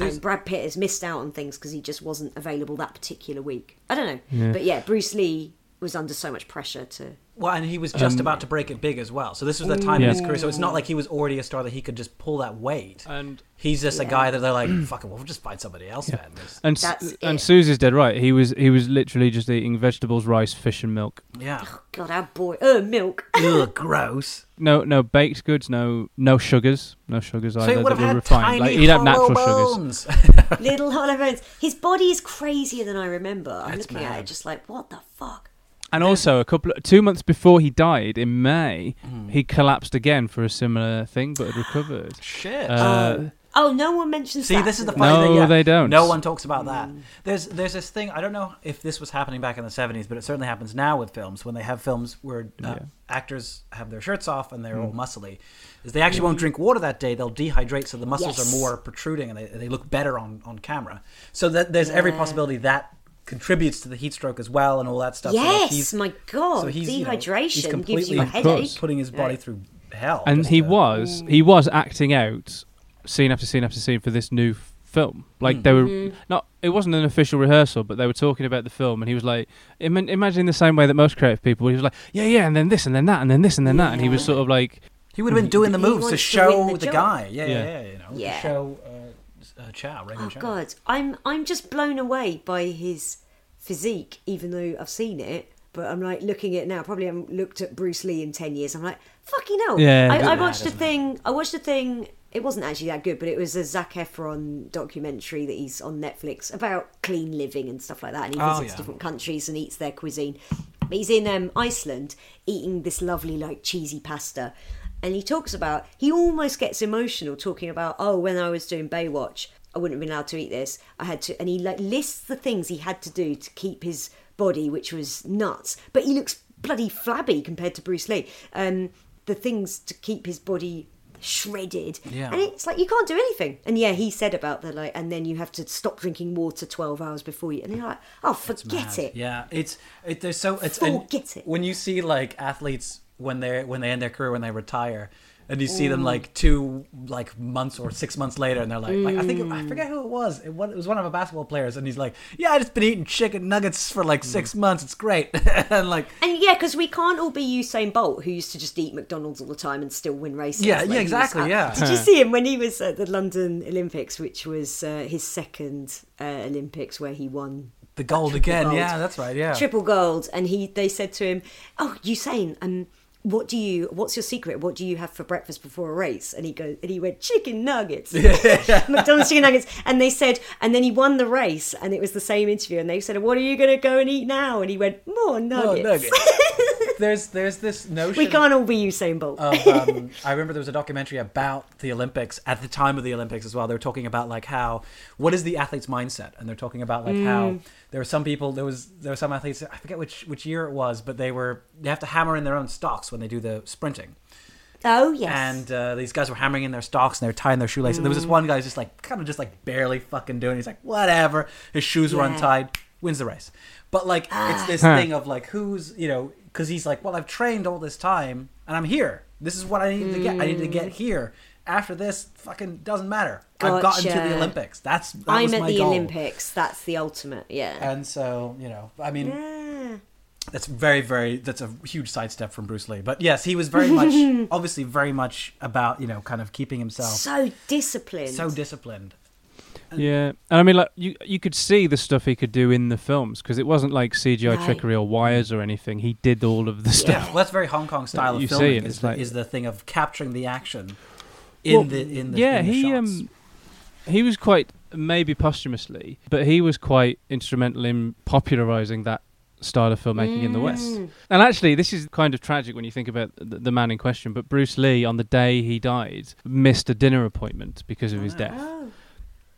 E: and Brad Pitt has missed out on things because he just wasn't available that particular week. I don't know, but yeah, Bruce Lee was under so much pressure to.
C: well, and he was
D: Um,
C: just about to break it big as well. So this was the time in his career. So it's not like he was already a star that he could just pull that weight.
D: And-
C: he's just a guy that they're like, fucking, we'll just find somebody else, man. There's-
D: And s-
E: That's
D: and
E: it.
D: Susie's dead right. He was he was literally just eating vegetables, rice, fish and milk.
C: Yeah.
E: God, our boy, uh, milk.
C: Ugh, gross.
D: No no baked goods, no no sugars, no sugars
C: So he
D: either.
C: would
D: that
C: have
D: were
C: had
D: refined.
C: tiny
D: like he'd have natural
C: hollow
D: sugars.
C: bones.
E: Little hollow bones. His body is crazier than I remember. I'm looking at
C: mad.
E: it, just like, what the fuck?
D: And also, a couple of, two months before he died in May, he collapsed again for a similar thing, but had recovered.
C: Shit.
E: Oh, no one mentions.
C: See,
E: that
C: this is
E: to
C: the
E: me.
C: funny thing.
D: No,
C: yeah.
D: they don't.
C: No one talks about that. There's there's this thing. I don't know if this was happening back in the '70s, but it certainly happens now with films when they have films where uh, actors have their shirts off and they're all
D: Mm.
C: muscly. Is they actually won't drink water that day. They'll dehydrate, so the muscles
E: Yes.
C: are more protruding and they, they look better on on camera. So that there's every possibility that contributes to the heat stroke as well and all that stuff. so like,
E: Yes,
C: he's-
E: my god,
C: so he's, you know, he's
E: dehydration gives
C: completely
E: you a
D: Of course.
E: headache.
C: Putting his body through hell.
D: and
C: just
D: he
C: to-
D: was he was acting out scene after scene after scene for this new f- film. Like they were not. It wasn't an official rehearsal, but they were talking about the film, and he was like, Im- imagine in the same way that most creative people, he was like, yeah, yeah, and then this, and then that, and then this, and then that, and he was sort of like,
C: He would have been doing the
E: He
C: moves to
E: wants to
C: show
E: win
C: the,
E: the job.
C: guy. Yeah, yeah,
D: Yeah.
C: yeah. you know, to
E: Yeah.
C: show uh, uh, Chow, Raymond
E: Oh
C: Chow.
E: god, I'm I'm just blown away by his physique, even though I've seen it. But I'm like looking at it now. Probably haven't looked at Bruce Lee in ten years. I'm like, fucking hell.
D: Yeah, it
E: I, I
D: doesn't
E: watched a thing. I watched a thing. It wasn't actually that good, but it was a Zac Efron documentary that he's on Netflix about clean living and stuff like that. And he
C: Oh,
E: visits
C: yeah.
E: different countries and eats their cuisine. But he's in um, Iceland eating this lovely like cheesy pasta. And he talks about he almost gets emotional talking about oh when I was doing Baywatch I wouldn't have been allowed to eat this I had to and he like lists the things he had to do to keep his body which was nuts but he looks bloody flabby compared to Bruce Lee um the things to keep his body shredded
C: Yeah.
E: and it's like you can't do anything and yeah he said about the like and then you have to stop drinking water 12 hours before you and you're like oh forget
C: mad.
E: it
C: Yeah, it's it, there's so it's and
E: Forget it.
C: when you see like athletes when they are when they end their career when they retire. And you see them like two like months or six months later, and they're like, like I think it- I forget who it was. It was, it was one of my basketball players, and he's like, "Yeah, I just been eating chicken nuggets for like six months. It's great." and like,
E: And yeah, because we can't all be Usain Bolt, who used to just eat McDonald's all the time and still win races.
C: Yeah, yeah,
E: Like, he was
C: exactly,
E: at-
C: yeah.
E: Did you see him when he was at the London Olympics, which was uh, his second uh, Olympics where he won
C: The gold again,
E: gold.
C: yeah, that's right, yeah.
E: triple gold? And he, they said to him, "Oh, Usain, um, what do you? What's your secret? What do you have for breakfast before a race?" And he goes, and he went chicken nuggets, McDonald's chicken nuggets. And they said, and then he won the race, and it was the same interview. And they said, "What are you going to go and eat now?" And he went, "More
C: Oh,
E: nuggets."
C: nuggets. there's there's this notion.
E: We can't all be Usain Bolt.
C: of, um, I remember there was a documentary about the Olympics at the time of the Olympics as well. They were talking about like how what is the athlete's mindset, and they're talking about like how there were some people there was there were some athletes I forget which which year it was, but they were they have to hammer in their own stocks when they do the sprinting.
E: oh yes.
C: And uh, these guys were hammering in their stocks and they were tying their shoelaces. And there was this one guy who's just like, kind of just like barely fucking doing. it. He's like, whatever. His shoes were
E: Yeah. Ah.
C: untied. Wins the race. But like, it's this thing of like, who's you know, because he's like, well, I've trained all this time and I'm here. This is what I need to get. I need to
E: Mm.
C: get here. After this, fucking doesn't matter. I've gotten to
E: Gotcha.
C: the Olympics. That's that was
E: I'm at
C: my
E: the
C: goal.
E: Olympics. That's the ultimate. Yeah.
C: And so you know, I mean,
E: Yeah.
C: that's very very that's a huge sidestep from bruce lee but yes he was very much obviously very much about you know kind of keeping himself so,
E: So disciplined.
C: disciplined
D: yeah. And I mean, like you, you could see the stuff he could do in the films because it wasn't like CGI
E: Right.
D: trickery or wires or anything. He did all of the
C: yeah
D: stuff.
C: well that's very hong kong style
D: You
C: of
D: see
C: filming is,
D: it, it's
C: the,
D: like-
C: is the thing of capturing the action in
D: Well,
C: the in the
D: yeah
C: in the
D: he
C: shots.
D: um he was quite maybe posthumously but he was quite instrumental in popularizing that style of filmmaking in the west and actually this is kind of tragic when you think about the, the man in question but bruce lee on the day he died missed a dinner appointment because of his death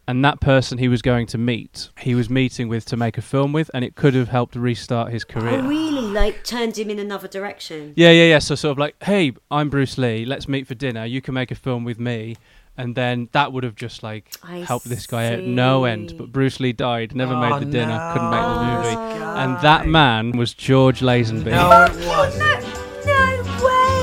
D: and that person he was going to meet he was meeting with to make a film with and it could have helped restart his career
E: I really like turned him in another direction.
D: yeah, yeah, yeah. So sort of like, hey, I'm Bruce Lee. Let's meet for dinner. You can make a film with me, and then that would have just like
E: I
D: helped this guy out no end. But Bruce Lee died, never
C: Oh,
D: made the dinner, couldn't make the
C: no,
D: movie,
C: this
D: and that
C: guy.
D: man was George Lazenby.
C: no it
E: Oh
C: was
E: no! No way!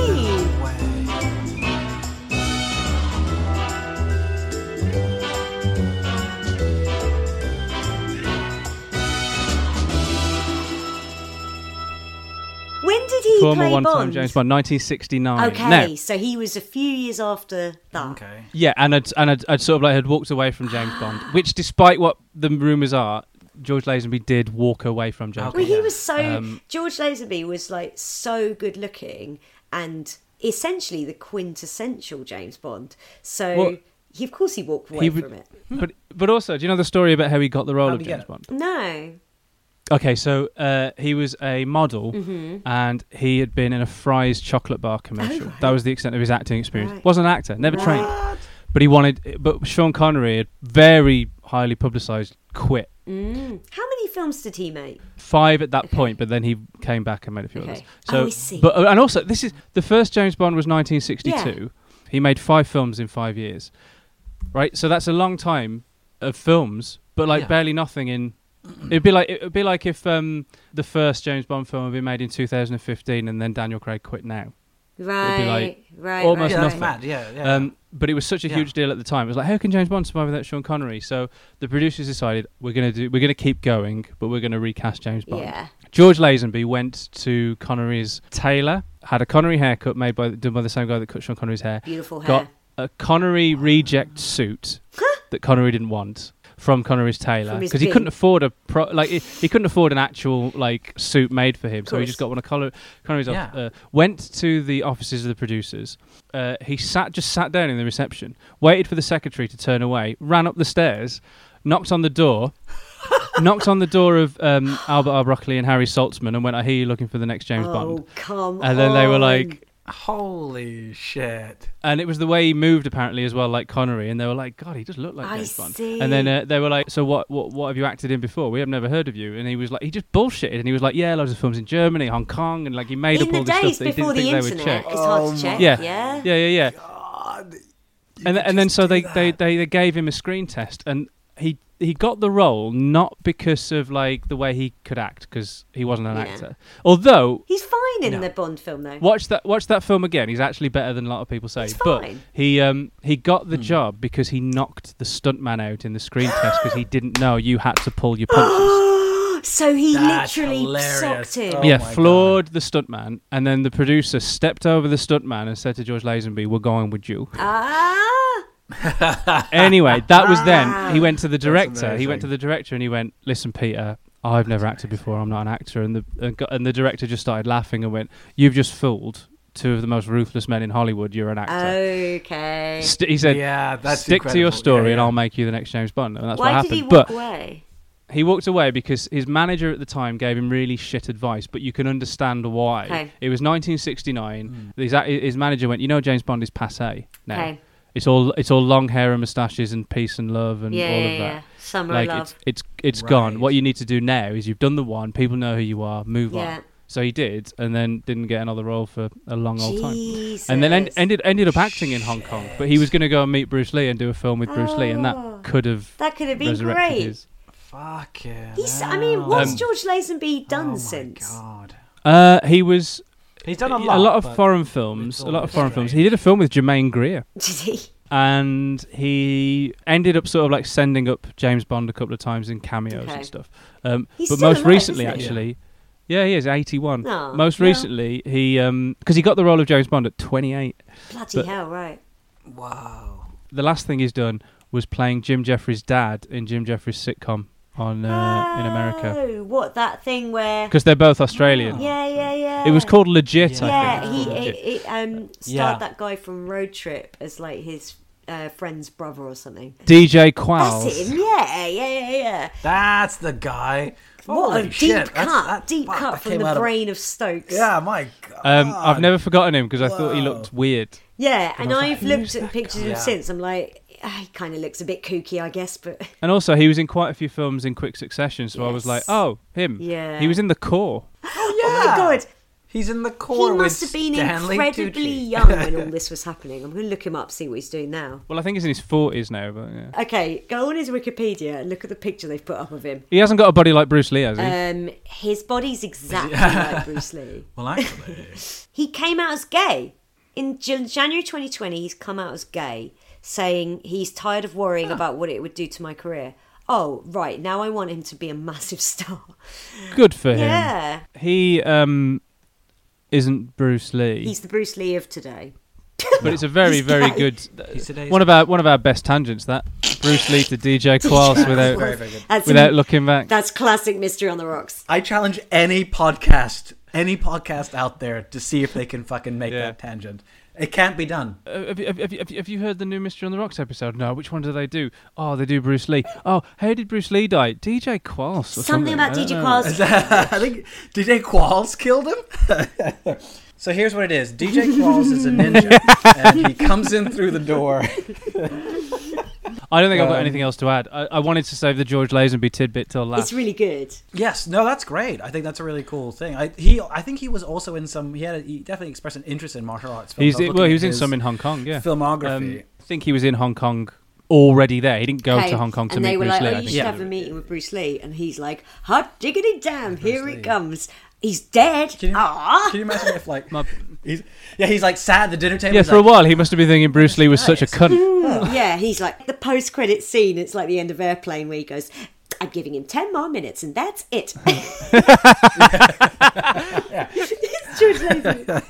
E: When did he
D: Former
E: play
D: one-time
E: Bond?
D: James Bond, 1969.
E: Okay,
D: Now,
E: so he was a few years after that.
C: okay
D: yeah, and I'd, and I'd, I'd sort of like had walked away from James Bond, which, despite what the rumors are, George Lazenby did walk away from James
C: Okay.
E: Well,
D: Bond.
E: he was so
D: Um,
E: George Lazenby was like so good looking and essentially the quintessential James Bond. So
D: Well,
E: he, of course, he walked away
D: He
E: from
D: would,
E: it.
D: but but also, do you know the story about how he got the role
C: How'd
D: of
C: he get
D: James
C: it?
D: Bond?
E: No,
D: Okay, so uh, he was a model, and he had been in a Fry's chocolate bar commercial. That was the extent of his acting experience.
E: Right.
D: Was an actor, never
E: Right.
D: trained, but he wanted. But Sean Connery had very highly publicised quit
E: Hmm. how many films did he make?
D: five at that point, but then he came back and made a few
E: Okay.
D: others.
E: Oh, I see.
D: But uh, and also, this is the first James Bond was 1962. He made five films in five years, right? So that's a long time of films, but like
C: Yeah.
D: barely nothing in. It'd be like it'd be like if um, the first James Bond film had been made in 2015, and then Daniel Craig quit now.
E: Right.
D: like
E: right.
D: almost
E: right,
C: yeah, that's
E: right.
C: mad. Yeah, yeah.
D: Um, but it was such a
C: Yeah.
D: huge deal at the time. It was like, how can James Bond survive without Sean Connery? So the producers decided we're gonna do, we're gonna keep going, but we're gonna recast James Bond.
E: Yeah.
D: George Lazenby went to Connery's tailor, had a Connery haircut made by done by the same guy that cut Sean Connery's hair.
E: Beautiful hair.
D: Got a Connery reject suit that Connery didn't want from Connery's tailor
E: From his
D: because he
E: bin.
D: couldn't afford a pro- like he, he couldn't afford an actual like suit made for him, so he
E: Course.
D: just got one of Conner- Connery's. off-
C: Yeah.
D: uh, went to the offices of the producers. Uh, he sat just sat down in the reception, waited for the secretary to turn away, ran up the stairs, knocked on the door, knocked on the door of um, Albert R. Broccoli and Harry Saltzman, and went, "I hear you looking for the next James Bond."
E: Oh, come on.
D: And then they were like,
C: Holy shit.
D: and it was the way he moved apparently as well, like Connery, and they were like, "God, he does look like
E: I
D: James Bond."
E: see.
D: And then uh, they were like, "So what? What? What have you acted in before? We have never heard of you." And he was like, "He just bullshitted," and he was like, "Yeah, loads of films in Germany, Hong Kong, and like he made
E: in
D: up all
E: the
D: this
E: days
D: stuff that he
E: before
D: didn't
E: the
D: think they would
E: internet,
D: check."
E: it's
C: Um,
E: hard to check.
D: yeah,
E: Yeah.
D: yeah, yeah, yeah. and th- and then so they, they, they, they gave him a screen test, and he he got the role not because of like the way he could act, because he wasn't an
E: Yeah.
D: actor. Although
E: He's fine in the Bond film, though.
D: watch that watch that film again, he's actually better than a lot of people say.
E: He's
D: but
E: fine.
D: he um he got
C: Hmm.
D: the job because he knocked the stuntman out in the screen test because he didn't know you had to pull your
E: Oh
D: punches.
E: So he
C: That's
E: literally
C: hilarious.
E: socked him.
C: Oh
D: yeah,
C: my
D: floored the stuntman, and then the producer stepped over the stuntman and said to George Lazenby, "We're going with you."
E: Ah.
D: anyway, that was then. He went to the director. He
C: amazing.
D: went to the director and he went, "Listen, Peter, I've never acted before. I'm not an actor." And the and, got, and the director just started laughing and went, "You've just fooled two of the most ruthless men in Hollywood. You're an actor."
E: Okay.
D: St- he said,
C: Yeah, that's
D: "Stick to your
C: incredible.
D: story,
C: Yeah,
D: and
C: yeah.
D: I'll make you the next James Bond." And that's
E: Why
D: what
E: did
D: happened.
E: he walk
D: but
E: away?
D: he walked away because his manager at the time gave him really shit advice, but you can understand why.
E: Okay.
D: It was
C: Hmm.
D: 1969. His, a- his manager went, "You know, James Bond is passé now.
E: Okay.
D: It's all it's all long hair and mustaches and peace and love and
E: Yeah,
D: all
E: yeah,
D: of
E: yeah.
D: that.
E: Summer
D: like
E: love.
D: it's it's it's
C: Right.
D: gone. What you need to do now is you've done the one. People know who you are. Move
E: Yeah.
D: on." So he did, and then didn't get another role for a long old time.
E: Jesus.
D: And then end, ended ended up acting in Hong Kong, but he was going to go and meet Bruce Lee and do a film with Bruce Lee, and
E: Oh.
D: that could have
E: That could have been
D: resurrected
E: great.
D: his-
C: Fuck yeah.
E: He's, I mean, what's
D: Um,
E: George Lazenby done
C: oh
E: since?
C: My God.
D: Uh, he was
C: He's done a
D: a
C: lot.
D: lot, of
C: but-
D: foreign films.
C: it's
D: A lot of
C: always
D: foreign films.
C: strange.
D: He did a film with Jermaine Greer,
E: Did he?
D: and he ended up sort of like sending up James Bond a couple of times in cameos
E: Okay.
D: and stuff. Um,
E: He's
D: but
E: still
D: most
E: alive,
D: recently,
E: isn't he?
D: actually, yeah, he is eighty-one.
E: Aw.
D: most
E: Yeah.
D: recently, he because he got the role of James Bond at twenty-eight.
E: Bloody
D: But-
E: hell, right.
C: Wow.
D: The last thing he's done was playing Jim Jeffries' dad in Jim Jeffries' sitcom on uh, in America
E: Oh, what, that thing where.
D: because they're both Australian.
E: Yeah, yeah, yeah.
D: It was called Legit. I
E: Yeah,
D: think.
E: he
D: It's called
E: it,
D: Legit.
E: it, um, starred
C: Yeah.
E: that guy from Road Trip as like his uh, friend's brother or something.
D: DJ Qualls.
E: That's him. Yeah, yeah, yeah, yeah.
C: That's the guy.
E: What
C: Holy
E: a deep
C: shit.
E: cut,
C: That's- that-
E: deep
C: fuck,
E: cut
C: that
E: from
C: came
E: the
C: out of-
E: brain of Stokes.
C: yeah, my God.
D: Um, I've never forgotten him because I thought he looked weird.
E: yeah. And
D: I was
E: I've
D: like,
E: looked at pictures of him
C: Yeah.
E: since. I'm like, ah, he kind of looks a bit kooky, I guess, but
D: And also, he was in quite a few films in quick succession, so I was like,
E: Yes.
D: oh, him.
E: Yeah.
D: He was in The Core.
E: oh my god,
C: He's in the core.
E: he must
C: with
E: have been
C: Stanley
E: incredibly
C: Tucci.
E: young when all this was happening. I'm going to look him up, see what he's doing now.
D: Well, I think he's in his 40s now, but yeah.
E: Okay, go on his Wikipedia and look at the picture they've put up of him.
D: He hasn't got a body like Bruce Lee, has he?
E: Um, his body's exactly like Bruce Lee.
C: Well, actually,
E: He came out as gay. In Jan- January 2020, he's come out as gay, saying he's tired of worrying about what it would do to my career. Oh, right, now I want him to be a massive star.
D: Good for him.
E: Yeah.
D: He um, isn't Bruce Lee,
E: He's the Bruce Lee of today.
D: but it's a very,
E: he's
D: very
E: gay.
D: good.
C: He's today's-
D: one of our one of our best tangents. That Bruce Lee to DJ Qualls without
E: That's,
D: without looking back.
E: that's classic Mystery on the Rocks.
C: I challenge any podcast, any podcast out there, to see if they can fucking make
D: Yeah.
C: that tangent. It can't be done.
D: Uh, have, you, have, you, have you- have you heard the new Mystery on the Rocks episode? No. Which one do they do? Oh, they do Bruce Lee. Oh, how did Bruce Lee die? DJ Qualls. Or something, Uh,
E: Something about
D: I don't
E: DJ
D: know.
E: Qualls.
C: I think DJ Qualls killed him. so here's what it is: DJ Qualls is a ninja, and he comes in through the door.
D: I don't think I've got
C: Um,
D: anything else to add. I, I wanted to save the George Lazenby tidbit till last.
E: It's really good.
C: Yes, no, that's great. I think that's a really cool thing. I he, I think he was also in some. He had a, he definitely expressed an interest in martial arts. Films.
D: He's
C: I was
D: well,
C: looking
D: he was
C: at
D: in
C: his
D: some in Hong Kong. Yeah,
C: filmography.
D: Um, I think he was in Hong Kong already. There, he didn't go
E: Okay,
D: to Hong Kong to
E: and
D: meet
E: they were
D: Bruce
E: like,
D: Lee.
E: "Oh,
D: I
E: you
D: think.
E: should have a meeting with Bruce Lee," and he's like, "Hot diggity damn, here he
C: Lee.
E: comes. He's dead.
C: Can you,
E: Ah,
C: can you imagine if like
D: My,
C: He's, yeah, he's like sat at the dinner table.
D: Yeah,
C: he's
D: for a
C: like,
D: while he must have been thinking Bruce Lee was such a cunt.
E: yeah, he's like the post-credit scene. It's like the end of Airplane where he goes, "I'm giving him ten more minutes, and that's it." It's George Lazenby.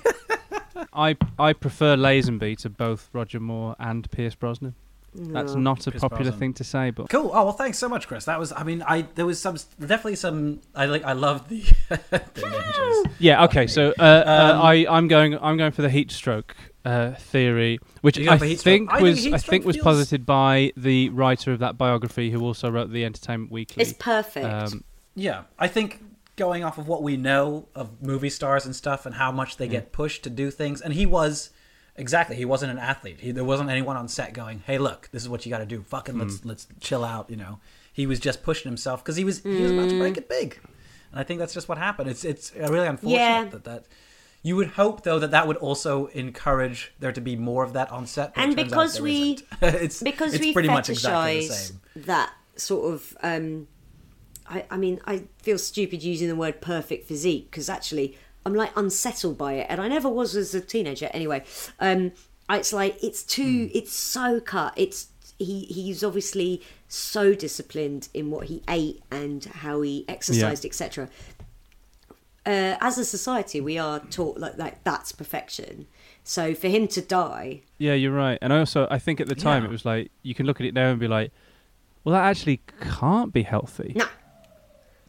D: I I prefer Lazenby to both Roger Moore and Pierce Brosnan. That's not a
C: Pierce
D: popular
C: Brosnan.
D: thing to say, but
C: Cool. Oh well, thanks so much, Chris. That was. I mean, I there was some definitely some. I like. I loved the. the ninjas.
D: yeah. Okay, so uh, uh,
C: um,
D: I I'm going I'm going for the heat stroke uh, theory, which
C: You're going
D: I
C: for heat stroke?
D: think
C: I think
D: was
C: heat
D: I
C: stroke
D: think was
C: feels-
D: posited by the writer of that biography, who also wrote the Entertainment Weekly.
E: It's perfect.
D: Um,
C: Yeah, I think going off of what we know of movie stars and stuff and how much
E: Mm.
C: they get pushed to do things, and he was exactly he wasn't an athlete. He, there wasn't anyone on set going, "Hey, look, this is what you got to do. Fucking
E: Mm.
C: let's let's chill out." You know, he was just pushing himself because he was he was about to
E: Mm.
C: break it big, and I think that's just what happened. It's it's uh, really unfortunate
E: Yeah.
C: that that. You would hope, though, that that would also encourage there to be more of that on set. but it
E: And
C: turns out
E: because
C: there
E: we-
C: isn't. it's,
E: because
C: it's
E: we
C: pretty
E: fetishize
C: much exactly the same.
E: that sort of um I, I mean i feel stupid using the word perfect physique because actually i'm like unsettled by it and i never was as a teenager anyway um I- it's like it's too
C: Hmm.
E: it's so cut it's he he's obviously so disciplined in what he ate and how he exercised etc uh, as a society we are taught like, like that's perfection so for him to die
D: Yeah, you're right. And I also I think at the time
C: Yeah.
D: it was like you can look at it now and be like, well, that actually can't be healthy.
E: No.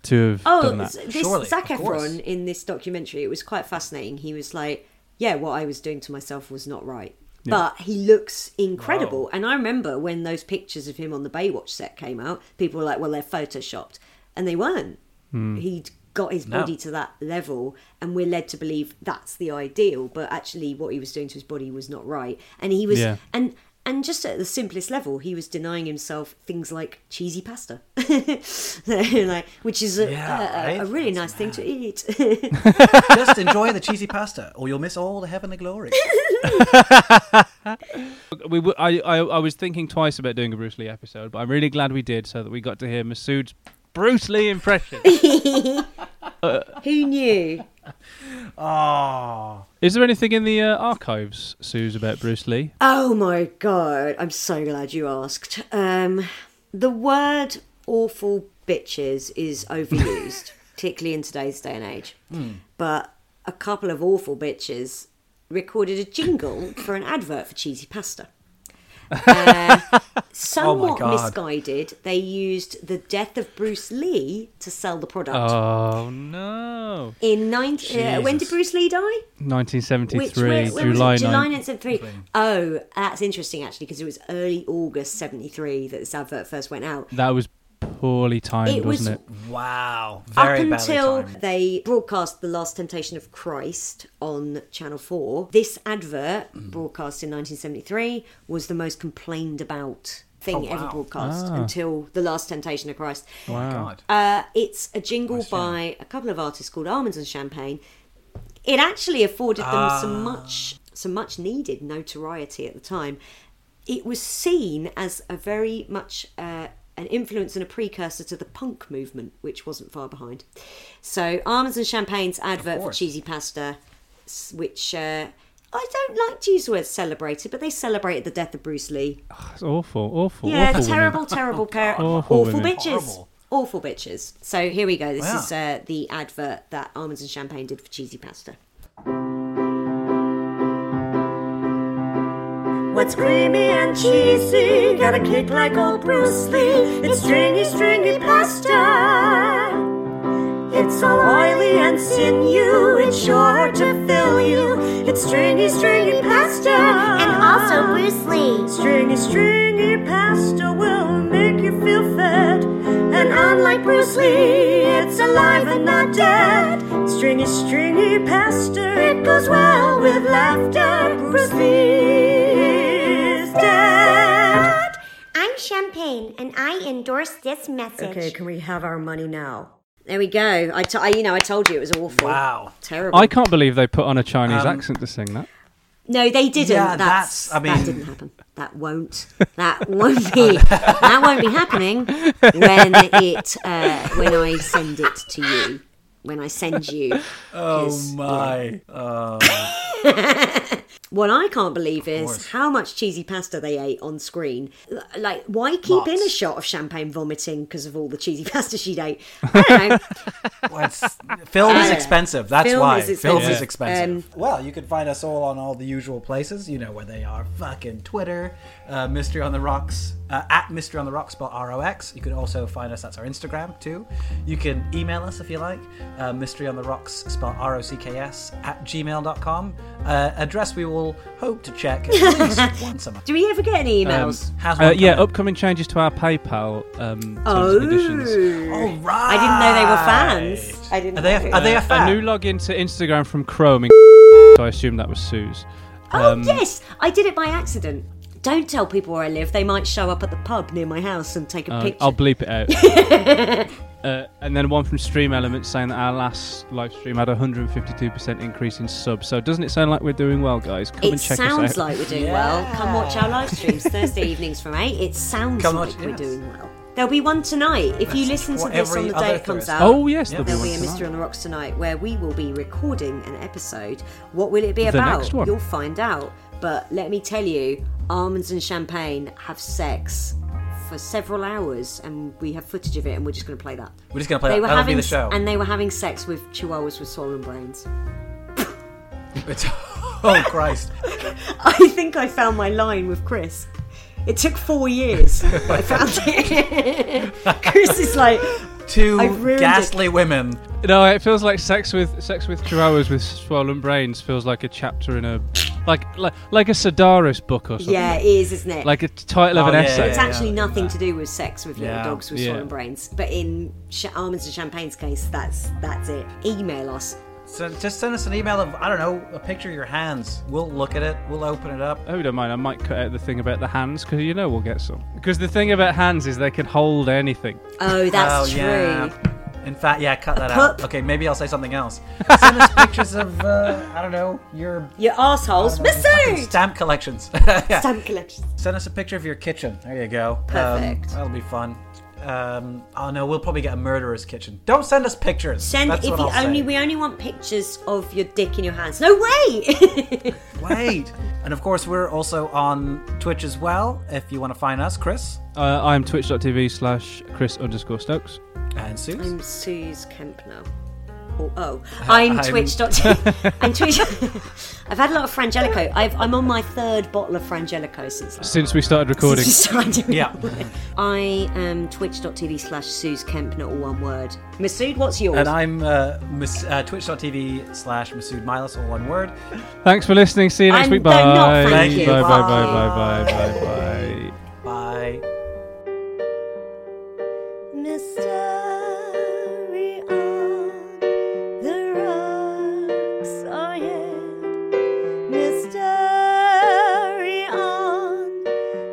D: To have
E: Oh,
D: done that.
E: this
C: Surely,
E: Zac
C: of course.
E: Efron in this documentary, it was quite fascinating. He was like, "Yeah, what I was doing to myself was not right." But he looks incredible, and I remember when those pictures of him on the Baywatch set came out, people were like, "Well, they're photoshopped," and they weren't.
D: Hmm.
E: He'd got his
C: No.
E: body to that level, and we're led to believe that's the ideal, but actually, what he was doing to his body was not right, and he was
D: Yeah.
E: and. And just at the simplest level, he was denying himself things like cheesy pasta, like, which is a,
C: Yeah,
E: a- a-
C: right?
E: a really nice
C: That's
E: thing to eat.
C: Just enjoy the cheesy pasta, or you'll miss all the heavenly glory.
D: we w- I, I, I was thinking twice about doing a Bruce Lee episode, but I'm really glad we did so that we got to hear Masood's Bruce Lee impression.
E: Who knew?
C: Oh,
D: Is there anything in the uh, archives, Suze, about Bruce Lee?
E: Oh my god, I'm so glad you asked. Um, the word awful bitches is overused, particularly in today's day and age.
C: Hmm.
E: But a couple of awful bitches recorded a jingle for an advert for cheesy pasta. Uh, somewhat
C: Oh God.
E: misguided, they used the death of Bruce Lee to sell the product.
D: Oh no!
E: in 19, uh, when did
C: Jesus.
E: Bruce Lee die?
D: 1973,
E: where- where was it?
D: July
E: July
D: 9th.
E: 1973. Oh, that's interesting actually, because it was early August 73 that this advert first went out.
D: That was poorly timed,
E: It was
D: wasn't it?
C: wow. Very
E: Up
C: badly
E: until
C: timed.
E: they broadcast The Last Temptation of Christ on Channel 4, this advert,
C: Mm.
E: broadcast in 1973, was the most complained about thing
C: Oh,
E: ever
C: wow.
E: broadcast
D: Ah.
E: until The Last Temptation of Christ.
C: God.
E: Uh, it's a jingle by a couple of artists called Almonds and Champagne. It actually afforded them some much some much needed notoriety at the time. It was seen as a very much uh, an influence and a precursor to the punk movement, which wasn't far behind. So Almonds and Champagne's advert for
C: course.
E: cheesy pasta, s- which uh, I don't like to use the word celebrated, but they celebrated the death of Bruce Lee.
D: That's awful, awful,
E: Yeah,
D: awful. women.
E: terrible, terrible pair.
D: Awful
E: Awful,
D: women.
E: bitches.
C: Horrible.
E: Awful bitches. So here we go. This
C: Wow.
E: is uh, the advert that Almonds and Champagne did for Cheesy Pasta. What's creamy and cheesy? Got a kick like old Bruce Lee. It's stringy, stringy pasta. It's all oily and sinew. It's sure to fill you. It's stringy, stringy pasta. And also Bruce Lee. Stringy, stringy pasta will make you feel fed. And unlike Bruce Lee, it's alive and not dead. Stringy, stringy pasta. It goes well with laughter. Bruce Lee is dead.
G: I'm Champagne, and I endorse this message.
E: Okay, can we have our money now? There we go. I, t- I you know, I told you it was awful.
C: Wow.
E: Terrible.
D: I can't believe they put on a Chinese accent to sing that.
E: No, they didn't.
C: Yeah,
E: that's,
C: that's- I
E: that
C: mean-
E: didn't happen. That won't. That won't be. that won't be happening when it uh, when I send it to you. when I send you.
C: Oh my!
E: What I can't believe is how much cheesy pasta they ate on screen. L- Like, why keep in a shot of champagne vomiting because of all the cheesy pasta she'd ate? I don't know.
C: Well, it's- film is
E: Yeah.
C: expensive. That's
E: Film
C: why.
E: is
C: Film
E: expensive.
C: is expensive. well, you can find us all on all the usual places. You know where they are. Fucking Twitter, uh, Mystery on the Rocks, uh, at Mystery on the Rocks, spelled R-O-X. You can also find us, that's our Instagram too. You can email us if you like, uh, Mystery on the Rocks, spelled R-O-C-K-S, at gmail.com. Uh, address we will hope to check at least once a month.
E: Do we ever get
C: Um,
E: any emails?
C: How's
D: Uh,
C: one
D: yeah,
C: coming?
D: upcoming changes to our PayPal um, terms and conditions.
C: All right.
E: I didn't know they were fans. I didn't.
C: Are they
E: know.
C: a, are they a fan?
E: Oh.
D: A new login to Instagram from Chrome. In- so I assume that was Sue's.
E: oh
C: um,
E: yes, I did it by accident. Don't tell people where I live. They might show up at the pub near my house and take a
D: Uh,
E: picture.
D: I'll bleep it out. uh, and then one from Stream Elements saying that our last live stream had a 152% increase in subs. So doesn't it sound like we're doing well, guys? Come
E: it
D: and check us
E: sounds
D: out.
E: like we're doing well. Come watch our live streams Thursday evenings from eight. It sounds
C: Come
E: like
C: watch-
E: we're
C: yes.
E: doing well. There'll be one tonight. If you listen to
C: Well,
E: this on
C: every
E: the day
C: other
E: it comes
C: Thursday.
E: out,
D: oh yes, there'll,
E: There'll
D: be,
E: be a
D: one
E: Mystery
D: tonight.
E: on the Rocks tonight where we will be recording an episode. What will it be
D: The
E: about?
D: next one.
E: You'll find out. But let me tell you, almonds and champagne have sex for several hours, and we have footage of it, and we're just going to play that.
C: We're just going to play
E: they
C: that.
E: were
C: That'll
E: having
C: be the show.
E: and they were having sex with chihuahuas with swollen brains.
C: It's- oh, Christ.
E: I think I found my line with Chris. It took four years. but I found it. Chris is like, I've
C: Two
E: ruined
C: ghastly women.
D: No, it feels like sex with sex with chihuahuas with swollen brains feels like a chapter in a like like like a Sedaris book or something.
E: yeah, it is, isn't it?
D: Like a t- title
C: Oh,
D: of an
C: yeah,
D: essay.
E: It's
C: yeah,
E: actually nothing to do with sex with little
C: Yeah.
E: dogs with
D: Yeah.
E: swollen brains, but in sh- almonds and champagne's case, that's that's it. Email us.
C: So just send us an email of, I don't know, a picture of your hands. We'll look at it. We'll open it up.
D: Oh, don't mind. I might cut out the thing about the hands because you know we'll get some. Because the thing about hands is they can hold anything.
E: Oh, that's
C: oh,
E: true.
C: yeah. In fact, yeah, cut that out.
E: pup.
C: Okay, maybe I'll say something else. Send us pictures of, uh, I don't know, your
E: Your assholes,
C: Oh, fucking
E: Masood.
C: stamp collections.
E: Stamp collection.
C: Send us a picture of your kitchen. There you go. Um,
E: Perfect.
C: that'll be fun. Um, oh no, we'll probably get a murderer's kitchen. Don't send us pictures.
E: Send
C: That's
E: if
C: what
E: you
C: I'll
E: only
C: say.
E: we only want pictures of your dick in your hands. No way.
C: Wait. and of course, we're also on Twitch as well. If you want to find us, Chris
D: Uh, I'm twitch.tv slash Chris underscore Stokes.
C: and Sue.
E: I'm Suze Kempner. Oh, oh. I'm, Twitch. I'm Twitch. I've had a lot of Frangelico. I've, I'm on my third bottle of Frangelico since last
D: Since we started recording,
C: Yeah.
E: I am twitch.tv slash Suze Kempner, all one word. Masood, what's yours?
C: And I'm uh, Mas- uh, twitch.tv slash Masood Milas, all one word.
D: thanks for listening. See you next
E: And
D: week.
E: no,
D: Bye.
E: no, thank
D: bye,
C: you.
D: bye, bye,
E: Bye.
D: bye, bye, bye, bye.
C: Bye.
H: Mystery on the rocks, oh yeah. Mystery on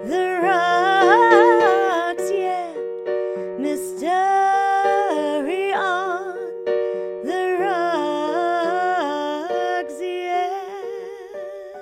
H: the rocks, yeah. Mystery on the rocks, yeah.